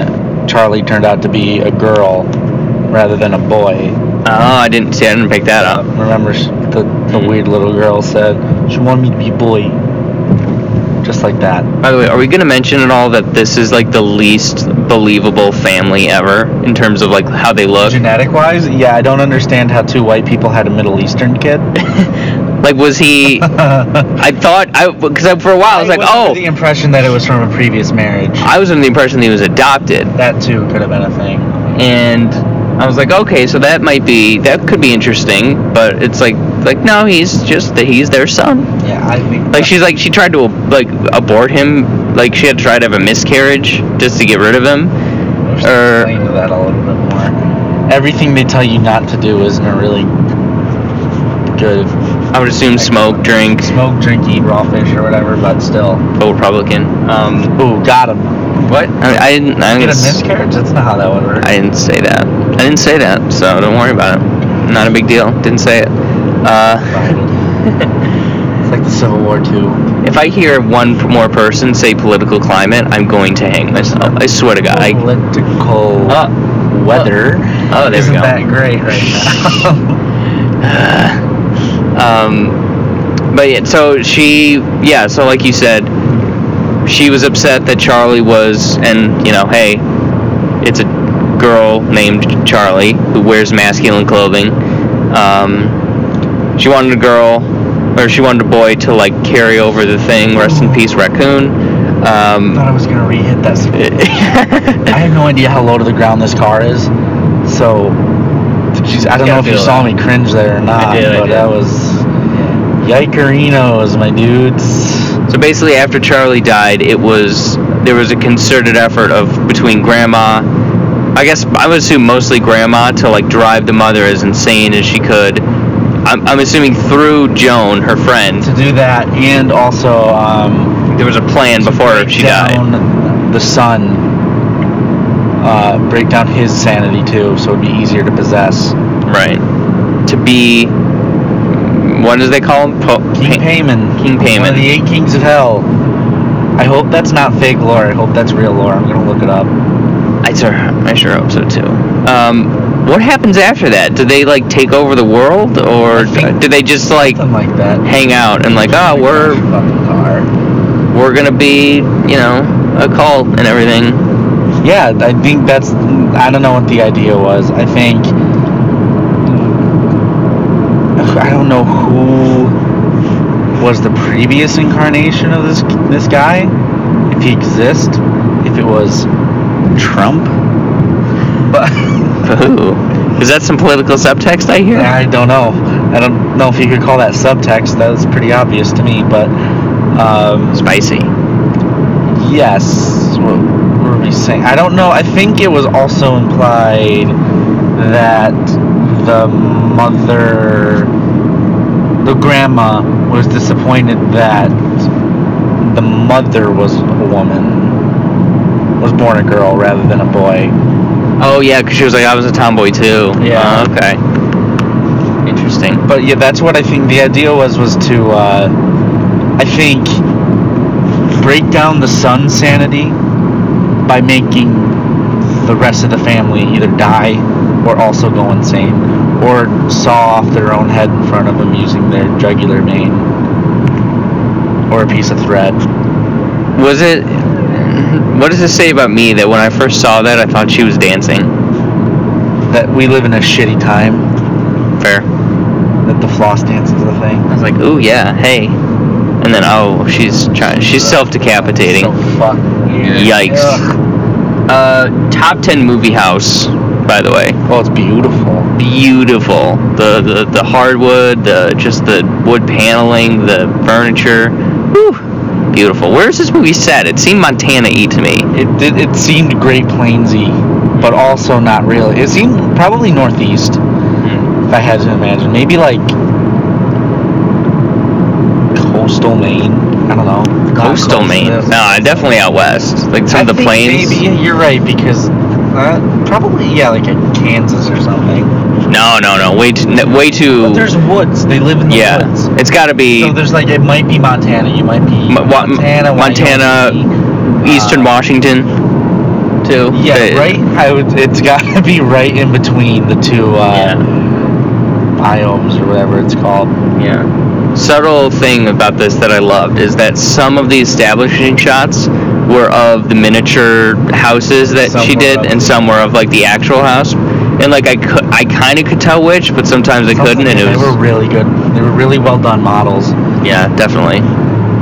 [SPEAKER 3] Charlie turned out to be a girl rather than a boy.
[SPEAKER 2] oh i didn't see i didn't pick that up
[SPEAKER 3] Remember, she, the, the
[SPEAKER 2] Mm-hmm.
[SPEAKER 3] weird little girl said she wanted me to be a boy. Just like that.
[SPEAKER 2] By the way, are we gonna mention at all that this is like the least believable family ever in terms of like how they look?
[SPEAKER 3] Genetic wise, yeah, I don't understand how two white people had a Middle Eastern kid.
[SPEAKER 2] Like, was he? I thought I because I, for a while I was like,
[SPEAKER 3] under the
[SPEAKER 2] oh,
[SPEAKER 3] impression that it was from a previous marriage.
[SPEAKER 2] I was under the impression that he was adopted,
[SPEAKER 3] That too could have been a thing.
[SPEAKER 2] and I was like, okay, so that might be that could be interesting, but it's like like no, he's just that he's their son.
[SPEAKER 3] Yeah, I think.
[SPEAKER 2] Like she's like she tried to like abort him, like she had tried to have a miscarriage just to get rid of him,
[SPEAKER 3] Wish
[SPEAKER 2] or-
[SPEAKER 3] they explained that a little bit more. Everything they tell you not to do isn't a really good
[SPEAKER 2] I would assume smoke, drink,
[SPEAKER 3] smoke, drink, eat raw fish or whatever, but still.
[SPEAKER 2] vote Republican. Um,
[SPEAKER 3] Ooh, got him.
[SPEAKER 2] What? I, I didn't. I
[SPEAKER 3] Get a
[SPEAKER 2] didn't, s-
[SPEAKER 3] miscarriage? That's not how that would work.
[SPEAKER 2] I didn't say that. I didn't say that. So don't worry about it. Not a big deal. Didn't say it. Uh,
[SPEAKER 3] it's like the Civil War too.
[SPEAKER 2] if I hear one p- more person say political climate, I'm going to hang myself. I swear to God. I,
[SPEAKER 3] Political
[SPEAKER 2] Uh,
[SPEAKER 3] weather.
[SPEAKER 2] oh, there we
[SPEAKER 3] Oh, isn't
[SPEAKER 2] go.
[SPEAKER 3] that great right now?
[SPEAKER 2] um, but yeah, so she, yeah. So like you said, she was upset that Charlie was, and you know, hey, it's a girl named Charlie who wears masculine clothing. Um, she wanted a girl, or she wanted a boy to like carry over the thing. Rest in peace, raccoon.
[SPEAKER 3] I
[SPEAKER 2] Um,
[SPEAKER 3] thought I was gonna re-hit that. I have no idea how low to the ground this car is, so. Jeez, I don't
[SPEAKER 2] Yeah,
[SPEAKER 3] know
[SPEAKER 2] I
[SPEAKER 3] if you
[SPEAKER 2] feel
[SPEAKER 3] saw
[SPEAKER 2] that.
[SPEAKER 3] me cringe there or not,
[SPEAKER 2] did, I
[SPEAKER 3] but
[SPEAKER 2] did.
[SPEAKER 3] that was. Yikerinos, my dudes.
[SPEAKER 2] So basically, after Charlie died, it was there was a concerted effort of between Grandma, I guess I would assume mostly Grandma, to like drive the mother as insane as she could. I'm, I'm assuming through Joan, her friend,
[SPEAKER 3] To do that, and also um,
[SPEAKER 2] there was a plan before she died.
[SPEAKER 3] down the son, uh, break down his sanity too, so it'd be easier to possess.
[SPEAKER 2] Right. To be, what do they call him? Po-
[SPEAKER 3] King
[SPEAKER 2] pa-
[SPEAKER 3] Payman.
[SPEAKER 2] King
[SPEAKER 3] One
[SPEAKER 2] Payman.
[SPEAKER 3] of the eight kings of hell. I hope that's not fake lore. I hope that's real lore. I'm gonna look it up.
[SPEAKER 2] I sure, I sure hope so too. Um, what happens after that? Do they like take over the world, or
[SPEAKER 3] think-
[SPEAKER 2] do they just like
[SPEAKER 3] Something like that.
[SPEAKER 2] hang out and like, ah,
[SPEAKER 3] Oh,
[SPEAKER 2] we're
[SPEAKER 3] fucking car.
[SPEAKER 2] we're gonna be, you know, a cult and everything.
[SPEAKER 3] Yeah, I think that's. I don't know what the idea was. I think. I don't know who was the previous incarnation of this this guy, if he exists, if it was Trump. But
[SPEAKER 2] Ooh. Is that some political subtext I hear?
[SPEAKER 3] I don't know. I don't know if you could call that subtext. That was pretty obvious to me, but um,
[SPEAKER 2] Spicy.
[SPEAKER 3] Yes. What were we saying? I don't know. I think it was also implied that the mother, the grandma, was disappointed that the mother was a woman, was born a girl rather than a boy.
[SPEAKER 2] Oh yeah, 'cause she was like, I was a tomboy too.
[SPEAKER 3] Yeah.
[SPEAKER 2] Uh, okay. Interesting.
[SPEAKER 3] But yeah, that's what I think the idea was was to, uh, I think, break down the son's sanity by making the rest of the family either die or also go insane or saw off their own head in front of them using their jugular vein or a piece of thread.
[SPEAKER 2] Was it? What does this say about me that when I first saw that I thought she was dancing?
[SPEAKER 3] That we live in a shitty time
[SPEAKER 2] Fair.
[SPEAKER 3] that the floss dance is the
[SPEAKER 2] I
[SPEAKER 3] thing.
[SPEAKER 2] was like, ooh yeah, hey. And then oh, she's trying. She's self-decapitating.
[SPEAKER 3] So fucking weird.
[SPEAKER 2] Yikes.
[SPEAKER 3] Ugh.
[SPEAKER 2] Uh, top ten movie house. By the way.
[SPEAKER 3] Oh, it's beautiful.
[SPEAKER 2] beautiful. The, the the hardwood, the just the wood paneling, the furniture. Whew, beautiful. Where is this movie set? It seemed Montana-y to me.
[SPEAKER 3] It did, it seemed Great Plainsy, but also not really. It seemed probably Northeast, if I had to imagine. Maybe like coastal Maine. I don't know. Not
[SPEAKER 2] Coastal
[SPEAKER 3] coastal,
[SPEAKER 2] Maine.
[SPEAKER 3] that's-
[SPEAKER 2] No, I definitely out west. Like some
[SPEAKER 3] I
[SPEAKER 2] of the
[SPEAKER 3] think
[SPEAKER 2] plains.
[SPEAKER 3] Maybe yeah, you're right because uh, probably yeah, like in Kansas or something.
[SPEAKER 2] No, no, no. Way too. n- Way too.
[SPEAKER 3] But there's woods. They live in the
[SPEAKER 2] yeah,
[SPEAKER 3] woods.
[SPEAKER 2] it's got to be
[SPEAKER 3] So there's like it might be Montana. You might be
[SPEAKER 2] Mo- wa-
[SPEAKER 3] Montana.
[SPEAKER 2] Montana,
[SPEAKER 3] Wyoming,
[SPEAKER 2] Eastern
[SPEAKER 3] uh,
[SPEAKER 2] Washington, too.
[SPEAKER 3] Yeah,
[SPEAKER 2] But-
[SPEAKER 3] right. I would. It's got to be right in between the two uh,
[SPEAKER 2] Yeah.
[SPEAKER 3] biomes or whatever it's called.
[SPEAKER 2] Yeah. Subtle thing about this that I loved is that some of the establishing shots were of the miniature houses that
[SPEAKER 3] Some
[SPEAKER 2] she
[SPEAKER 3] were
[SPEAKER 2] did,
[SPEAKER 3] of
[SPEAKER 2] and
[SPEAKER 3] the-
[SPEAKER 2] some were of like the actual house. And like I could, I kind of could tell which, but sometimes I couldn't, and it
[SPEAKER 3] They were
[SPEAKER 2] was
[SPEAKER 3] really good. They were really well done models.
[SPEAKER 2] yeah, definitely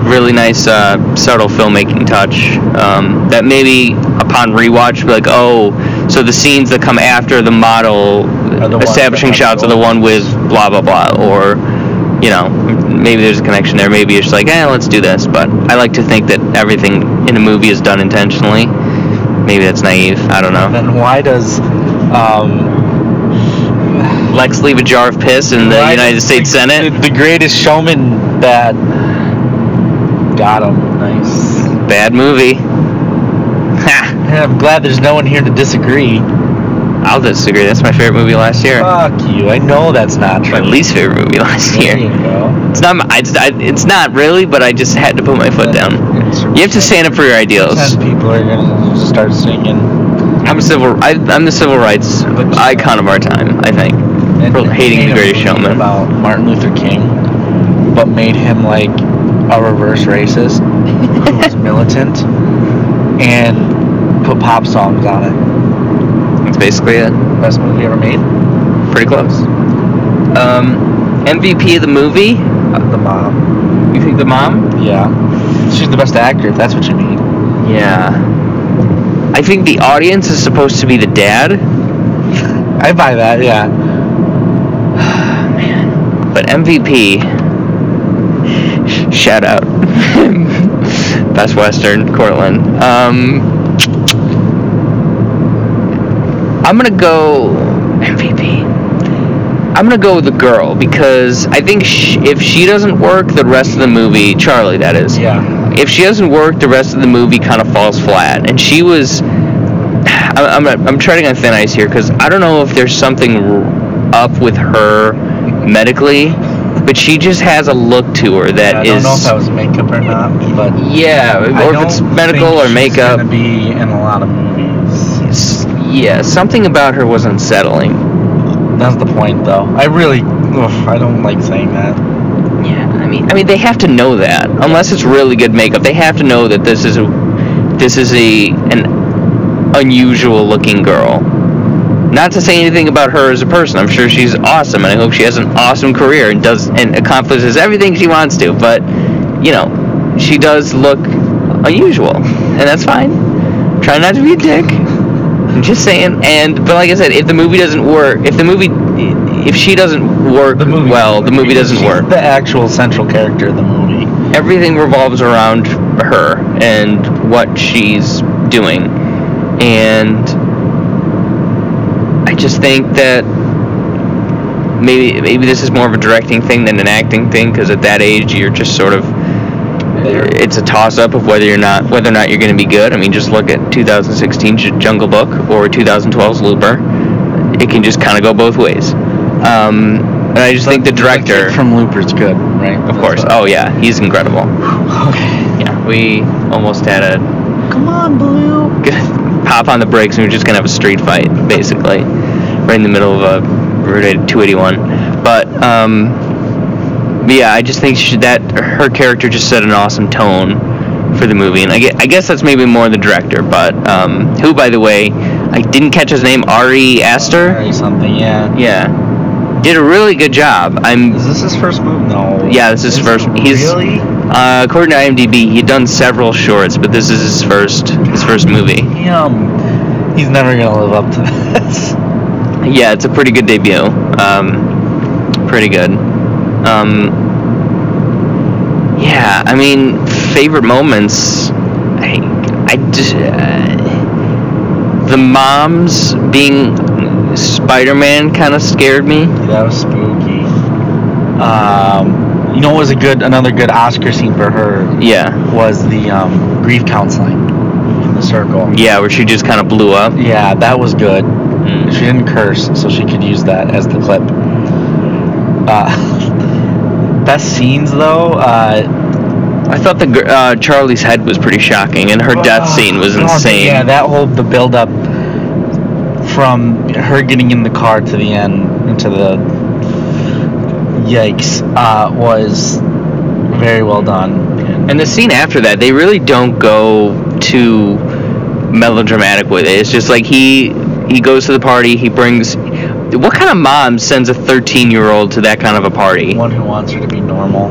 [SPEAKER 2] really nice uh, subtle filmmaking touch um, that maybe upon rewatch be like oh so the scenes that come after the model
[SPEAKER 3] Are the ones
[SPEAKER 2] establishing
[SPEAKER 3] that have
[SPEAKER 2] shots are the
[SPEAKER 3] gold.
[SPEAKER 2] one with blah blah blah or you know maybe there's a connection there maybe it's like eh let's do this but I like to think that everything in a movie is done intentionally maybe that's naive I don't know
[SPEAKER 3] Then why does um,
[SPEAKER 2] Lex leave a jar of piss in the
[SPEAKER 3] why
[SPEAKER 2] United
[SPEAKER 3] does
[SPEAKER 2] States
[SPEAKER 3] the,
[SPEAKER 2] Senate
[SPEAKER 3] The, the greatest showman that got him. Nice.
[SPEAKER 2] bad movie ha
[SPEAKER 3] I'm glad there's no one here to disagree.
[SPEAKER 2] I'll disagree that's my favorite movie last year
[SPEAKER 3] Fuck you. I know that's not
[SPEAKER 2] my
[SPEAKER 3] true.
[SPEAKER 2] least favorite movie last year.
[SPEAKER 3] There you go.
[SPEAKER 2] It's not. I, I, it's not really, but I just had to put my foot down. You have to stand up for your ideals.
[SPEAKER 3] Sometimes people are gonna start singing.
[SPEAKER 2] I'm a civil. I, I'm the civil rights icon of our time. I think. For hating the greatest showman.
[SPEAKER 3] about Martin Luther King, but made him like a reverse racist who was militant and put pop songs on
[SPEAKER 2] That's basically it.
[SPEAKER 3] it. Best movie ever made.
[SPEAKER 2] Pretty close. Um, MVP of the movie.
[SPEAKER 3] Uh, The mom.
[SPEAKER 2] You think the mom?
[SPEAKER 3] Yeah, she's the best actor if that's what you mean.
[SPEAKER 2] Yeah. I think the audience is supposed to be the dad,
[SPEAKER 3] I buy that. Yeah,
[SPEAKER 2] but MVP. Shout out. Best Western, Cortland. Um, I'm gonna go MVP. I'm gonna go with the girl because I think sh if she doesn't work, the rest of the movie, Charlie, that is.
[SPEAKER 3] Yeah.
[SPEAKER 2] If she doesn't work, the rest of the movie kind of falls flat. And she was. I- I'm, I'm, I'm treading on thin ice here because I don't know if there's something r- up with her medically, but she just has a look to her
[SPEAKER 3] I
[SPEAKER 2] that
[SPEAKER 3] don't
[SPEAKER 2] is.
[SPEAKER 3] know if that was makeup or not, but
[SPEAKER 2] yeah,
[SPEAKER 3] I
[SPEAKER 2] or if
[SPEAKER 3] don't
[SPEAKER 2] it's
[SPEAKER 3] think
[SPEAKER 2] medical or
[SPEAKER 3] she's
[SPEAKER 2] makeup.
[SPEAKER 3] Gonna be in a lot of movies.
[SPEAKER 2] S- Yeah, something about her was unsettling.
[SPEAKER 3] That's the point, though. I really, oof, I don't like saying that.
[SPEAKER 2] Yeah, I mean, I mean, they have to know that. Unless it's really good makeup, they have to know that this is a, this is a an unusual looking girl. Not to say anything about her as a person. I'm sure she's awesome, and I hope she has an awesome career and does and accomplishes everything she wants to. But you know, she does look unusual, and that's fine. Try not to be a dick. I'm just saying. And but like I said, if the movie doesn't work, if the movie, if she doesn't work
[SPEAKER 3] The movie.
[SPEAKER 2] well, the movie doesn't
[SPEAKER 3] She's
[SPEAKER 2] work
[SPEAKER 3] The actual central character of the movie.
[SPEAKER 2] everything revolves around her and what she's doing. And I just think that maybe maybe this is more of a directing thing than an acting thing because at that age you're just sort of it's a toss up of whether you're not whether or not you're going to be good. I mean, just look at 2016 J- Jungle Book or 2012's Looper. It can just kind of go both ways. Um, and I just think the director,
[SPEAKER 3] Kid from Looper's good, right?
[SPEAKER 2] of course. Oh yeah, he's incredible.
[SPEAKER 3] Okay.
[SPEAKER 2] Yeah, we almost had a
[SPEAKER 7] Come on, Blue.
[SPEAKER 2] gonna pop on the brakes and we are just gonna have a street fight, basically, right in the middle of a Route 281. But um, but yeah, I just think she, that her character just set an awesome tone for the movie, and I guess, I guess that's maybe more the director, but um, who, by the way, I didn't catch his name, Ari Aster.
[SPEAKER 3] Or something, yeah.
[SPEAKER 2] Yeah, did a really good job. I'm
[SPEAKER 3] Is this his first movie? No.
[SPEAKER 2] Yeah, this is his first- he's-
[SPEAKER 3] really?
[SPEAKER 2] uh, according to IMDb, he'd done several shorts, but this is his first his first movie.
[SPEAKER 3] Damn. He's never gonna live up to this.
[SPEAKER 2] Yeah, it's a pretty good debut. Um, pretty good. Um, yeah, I mean, favorite moments. I, I just uh, the moms being Spider-Man kind of scared me.
[SPEAKER 3] That was spooky. Um, you know, what was a good another good Oscar scene for her
[SPEAKER 2] Yeah,
[SPEAKER 3] was the um, grief counseling from the circle.
[SPEAKER 2] yeah, where she just kind of blew up.
[SPEAKER 3] Yeah, that was good.
[SPEAKER 2] Mm.
[SPEAKER 3] She didn't curse, so she could use that as the clip. Uh, best scenes though. Uh,
[SPEAKER 2] I thought the gr- uh, Charlie's head was pretty shocking, and her death scene was
[SPEAKER 3] oh,
[SPEAKER 2] insane.
[SPEAKER 3] Yeah, that whole the build up from her getting in the car to the end into the yikes uh, was very well done.
[SPEAKER 2] And the scene after that, they really don't go too melodramatic with it. It's just like he he goes to the party, he brings what kind of mom sends a 13-year-old to that kind of a party?
[SPEAKER 3] one who wants her to be normal.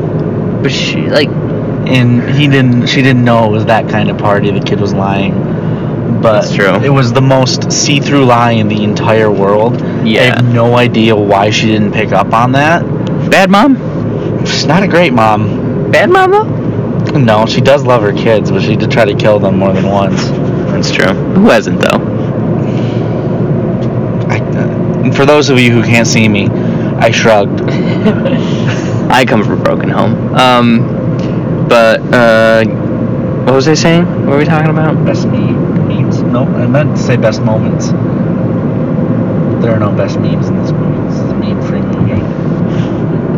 [SPEAKER 2] But she like
[SPEAKER 3] And he didn't. She didn't know it was that kind of party. The kid was lying. But
[SPEAKER 2] That's true.
[SPEAKER 3] it was the most see-through lie in the entire world. I
[SPEAKER 2] Yeah.
[SPEAKER 3] have no idea why she didn't pick up on that.
[SPEAKER 2] bad mom?
[SPEAKER 3] She's not a great mom.
[SPEAKER 2] Bad mom though?
[SPEAKER 3] No, she does love her kids, but she did try to kill them more than once.
[SPEAKER 2] That's true. Who hasn't though?
[SPEAKER 3] I, uh, for those of you who can't see me, I shrugged.
[SPEAKER 2] I come from a broken home. Um but uh what was I saying? What were we talking about?
[SPEAKER 3] Best meme, memes? No, I meant to say best moments. There are no best memes in this movie. This is a meme-free movie.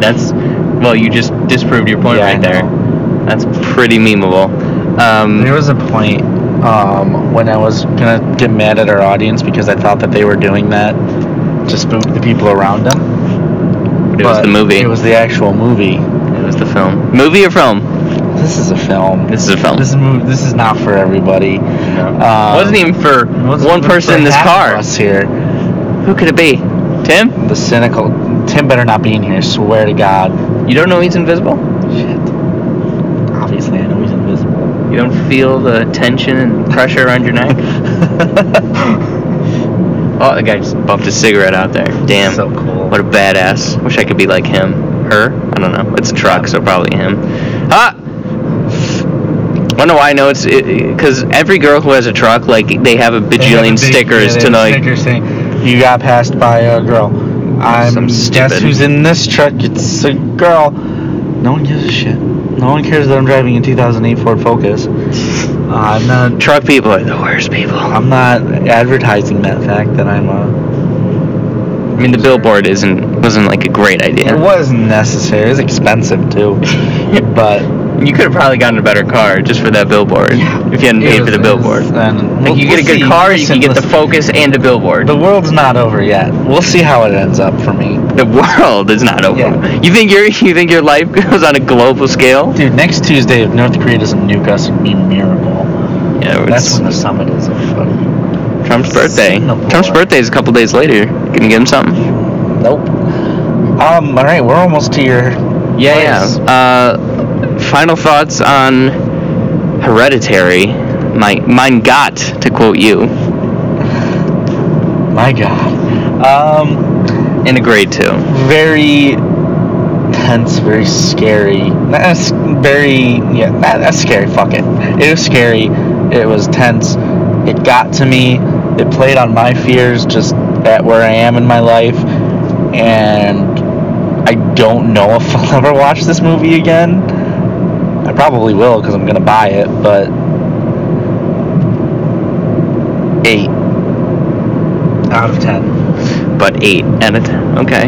[SPEAKER 2] That's well, you just disproved your point
[SPEAKER 3] Yeah, I
[SPEAKER 2] right there. That's pretty memeable. Um
[SPEAKER 3] There was a point um, when I was gonna get mad at our audience because I thought that they were doing that to spook the people around them.
[SPEAKER 2] It was
[SPEAKER 3] but
[SPEAKER 2] the movie.
[SPEAKER 3] It was the actual movie.
[SPEAKER 2] It was the film. Movie or film?
[SPEAKER 3] This is a film.
[SPEAKER 2] This is a film.
[SPEAKER 3] This is mov- This is not for everybody. Um,
[SPEAKER 2] wasn't even for
[SPEAKER 3] it wasn't
[SPEAKER 2] one
[SPEAKER 3] even
[SPEAKER 2] person
[SPEAKER 3] for
[SPEAKER 2] in this
[SPEAKER 3] half of
[SPEAKER 2] car.
[SPEAKER 3] Us here,
[SPEAKER 2] Who could it be? Tim?
[SPEAKER 3] the cynical Tim better not be in here. Swear to God.
[SPEAKER 2] You don't know he's invisible?
[SPEAKER 3] Shit. Obviously, I know he's invisible.
[SPEAKER 2] You don't feel the tension and pressure around your neck? oh, the guy just bumped his cigarette out there. Damn.
[SPEAKER 3] So cool.
[SPEAKER 2] What a badass. Wish I could be like him. her. I don't know. It's a truck, so probably him. Ah! I don't know why I know it's because every girl who has a truck, like they have a
[SPEAKER 3] They have a
[SPEAKER 2] bajillion
[SPEAKER 3] big-
[SPEAKER 2] stickers
[SPEAKER 3] yeah, they
[SPEAKER 2] to
[SPEAKER 3] have
[SPEAKER 2] like.
[SPEAKER 3] stickers saying, you got passed by a girl. I'm
[SPEAKER 2] Some
[SPEAKER 3] guess
[SPEAKER 2] stupid-
[SPEAKER 3] who's in this truck? It's a girl. No one gives a shit. No one cares that I'm driving a 2008 Ford Focus. Uh, I'm not.
[SPEAKER 2] Truck people are the worst people. i
[SPEAKER 3] I'm not advertising that fact that I'm a.
[SPEAKER 2] mean, the billboard isn't wasn't like a great idea.
[SPEAKER 3] It wasn't necessary. It was expensive too, but
[SPEAKER 2] You could have probably gotten a better car just for that billboard if you hadn't
[SPEAKER 3] it
[SPEAKER 2] paid
[SPEAKER 3] was-
[SPEAKER 2] for the
[SPEAKER 3] it
[SPEAKER 2] billboard.
[SPEAKER 3] was- and
[SPEAKER 2] Like
[SPEAKER 3] we'll-
[SPEAKER 2] you get a
[SPEAKER 3] we'll
[SPEAKER 2] good
[SPEAKER 3] see.
[SPEAKER 2] car, you can
[SPEAKER 3] Listen,
[SPEAKER 2] get the
[SPEAKER 3] listen.
[SPEAKER 2] Focus and a billboard.
[SPEAKER 3] The world's not over yet. We'll see how it ends up for me.
[SPEAKER 2] The world is not over.
[SPEAKER 3] Yeah.
[SPEAKER 2] You think your you think your life goes on a global scale?
[SPEAKER 3] Dude, next Tuesday, if North Korea doesn't nuke us, it'd be a miracle.
[SPEAKER 2] Yeah,
[SPEAKER 3] That's
[SPEAKER 2] it's
[SPEAKER 3] when the summit is. everybody.
[SPEAKER 2] Trump's birthday.
[SPEAKER 3] Singapore.
[SPEAKER 2] Trump's birthday is a couple days later. Gonna give him something.
[SPEAKER 3] Nope. Um. All right, we're almost to your.
[SPEAKER 2] Yeah,
[SPEAKER 3] place.
[SPEAKER 2] yeah. Uh, final thoughts on Hereditary. My mine got to quote you
[SPEAKER 3] My God. Um.
[SPEAKER 2] in a grade two.
[SPEAKER 3] Very tense. Very scary. Not as- very. Yeah. Not as scary. Fuck it. It was scary. It was tense. It got to me. It played on my fears, just at where I am in my life, and I don't know if I'll ever watch this movie again. I probably will because I'm gonna buy it, but eight out of ten.
[SPEAKER 2] but eight out of ten. Okay.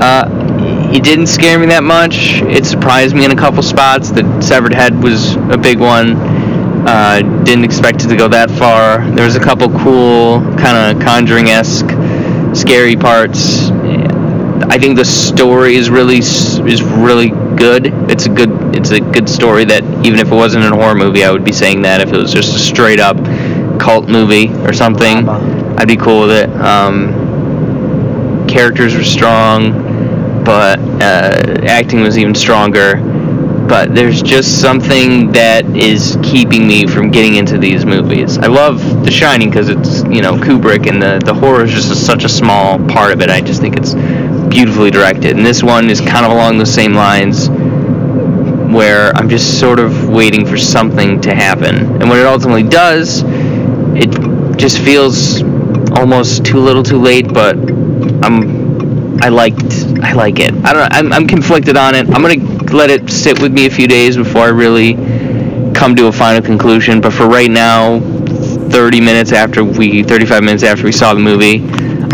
[SPEAKER 2] Uh, it didn't scare me that much. It surprised me in a couple spots. The severed head was a big one. Uh, didn't expect it to go that far. There was a couple cool, kind of conjuring esque, scary parts. I think the story is really s- is really good. It's a good it's a good story that even if it wasn't a horror movie, I would be saying that. If it was just a straight up cult movie or something,
[SPEAKER 3] Drama.
[SPEAKER 2] I'd be cool with it. Um, characters were strong, but uh, acting was even stronger. But there's just something that is keeping me from getting into these movies. I love The Shining because it's you know Kubrick, and the the horror is just such a small part of it. I just think it's beautifully directed, and this one is kind of along the same lines where I'm just sort of waiting for something to happen. And when it ultimately does, it just feels almost too little too late, but I'm I liked I like it. I don't know, I'm I'm conflicted on it. I'm going to let it sit with me a few days before I really come to a final conclusion, but for right now, 30 minutes after we 35 minutes after we saw the movie,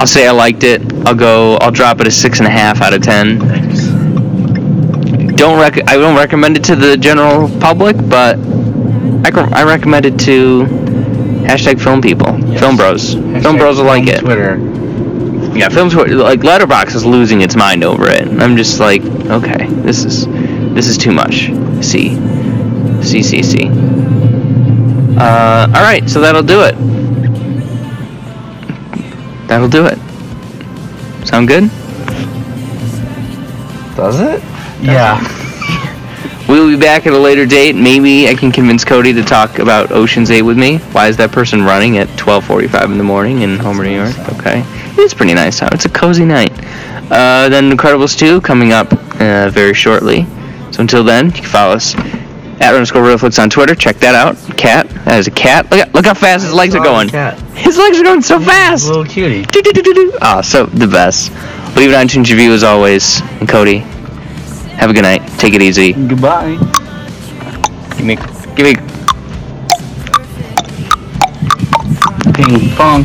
[SPEAKER 2] I'll say I liked it. I'll go I'll drop it a six and a half out of 10 don't rec- I don't recommend it to the general public, but I, cr- I recommend it to hashtag film people, film bros, film bros will like it.
[SPEAKER 3] Twitter.
[SPEAKER 2] Yeah, film Twitter, like Letterbox is losing its mind over it. I'm just like, okay, this is this is too much. C, C, C, C. Uh, all right, so that'll do it. That'll do it. Sound good?
[SPEAKER 3] Does it? Yeah.
[SPEAKER 2] We'll be back at a later date. Maybe I can convince Cody to talk about Ocean's 8 with me. Why is that person running at 12:45 in the morning in Homer, New York? Okay. It's pretty nice out. It's a cozy night. Uh, then Incredibles 2 coming up uh, very shortly. So until then, you can follow us at underscore realflix on Twitter. Check that out. Cat. That is a cat. Look, at, look how fast his legs are going.
[SPEAKER 3] Cat.
[SPEAKER 2] His legs are going so fast.
[SPEAKER 3] Little cutie.
[SPEAKER 2] Do-do-do-do-do. Ah, so the best. Leave an iTunes review as always. And Cody, have a good night. Take it easy.
[SPEAKER 3] Goodbye.
[SPEAKER 2] Give me, give me.
[SPEAKER 3] Ping pong.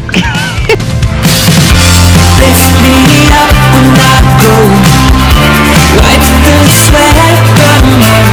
[SPEAKER 8] Lift me up when I go. Wipe the sweat from my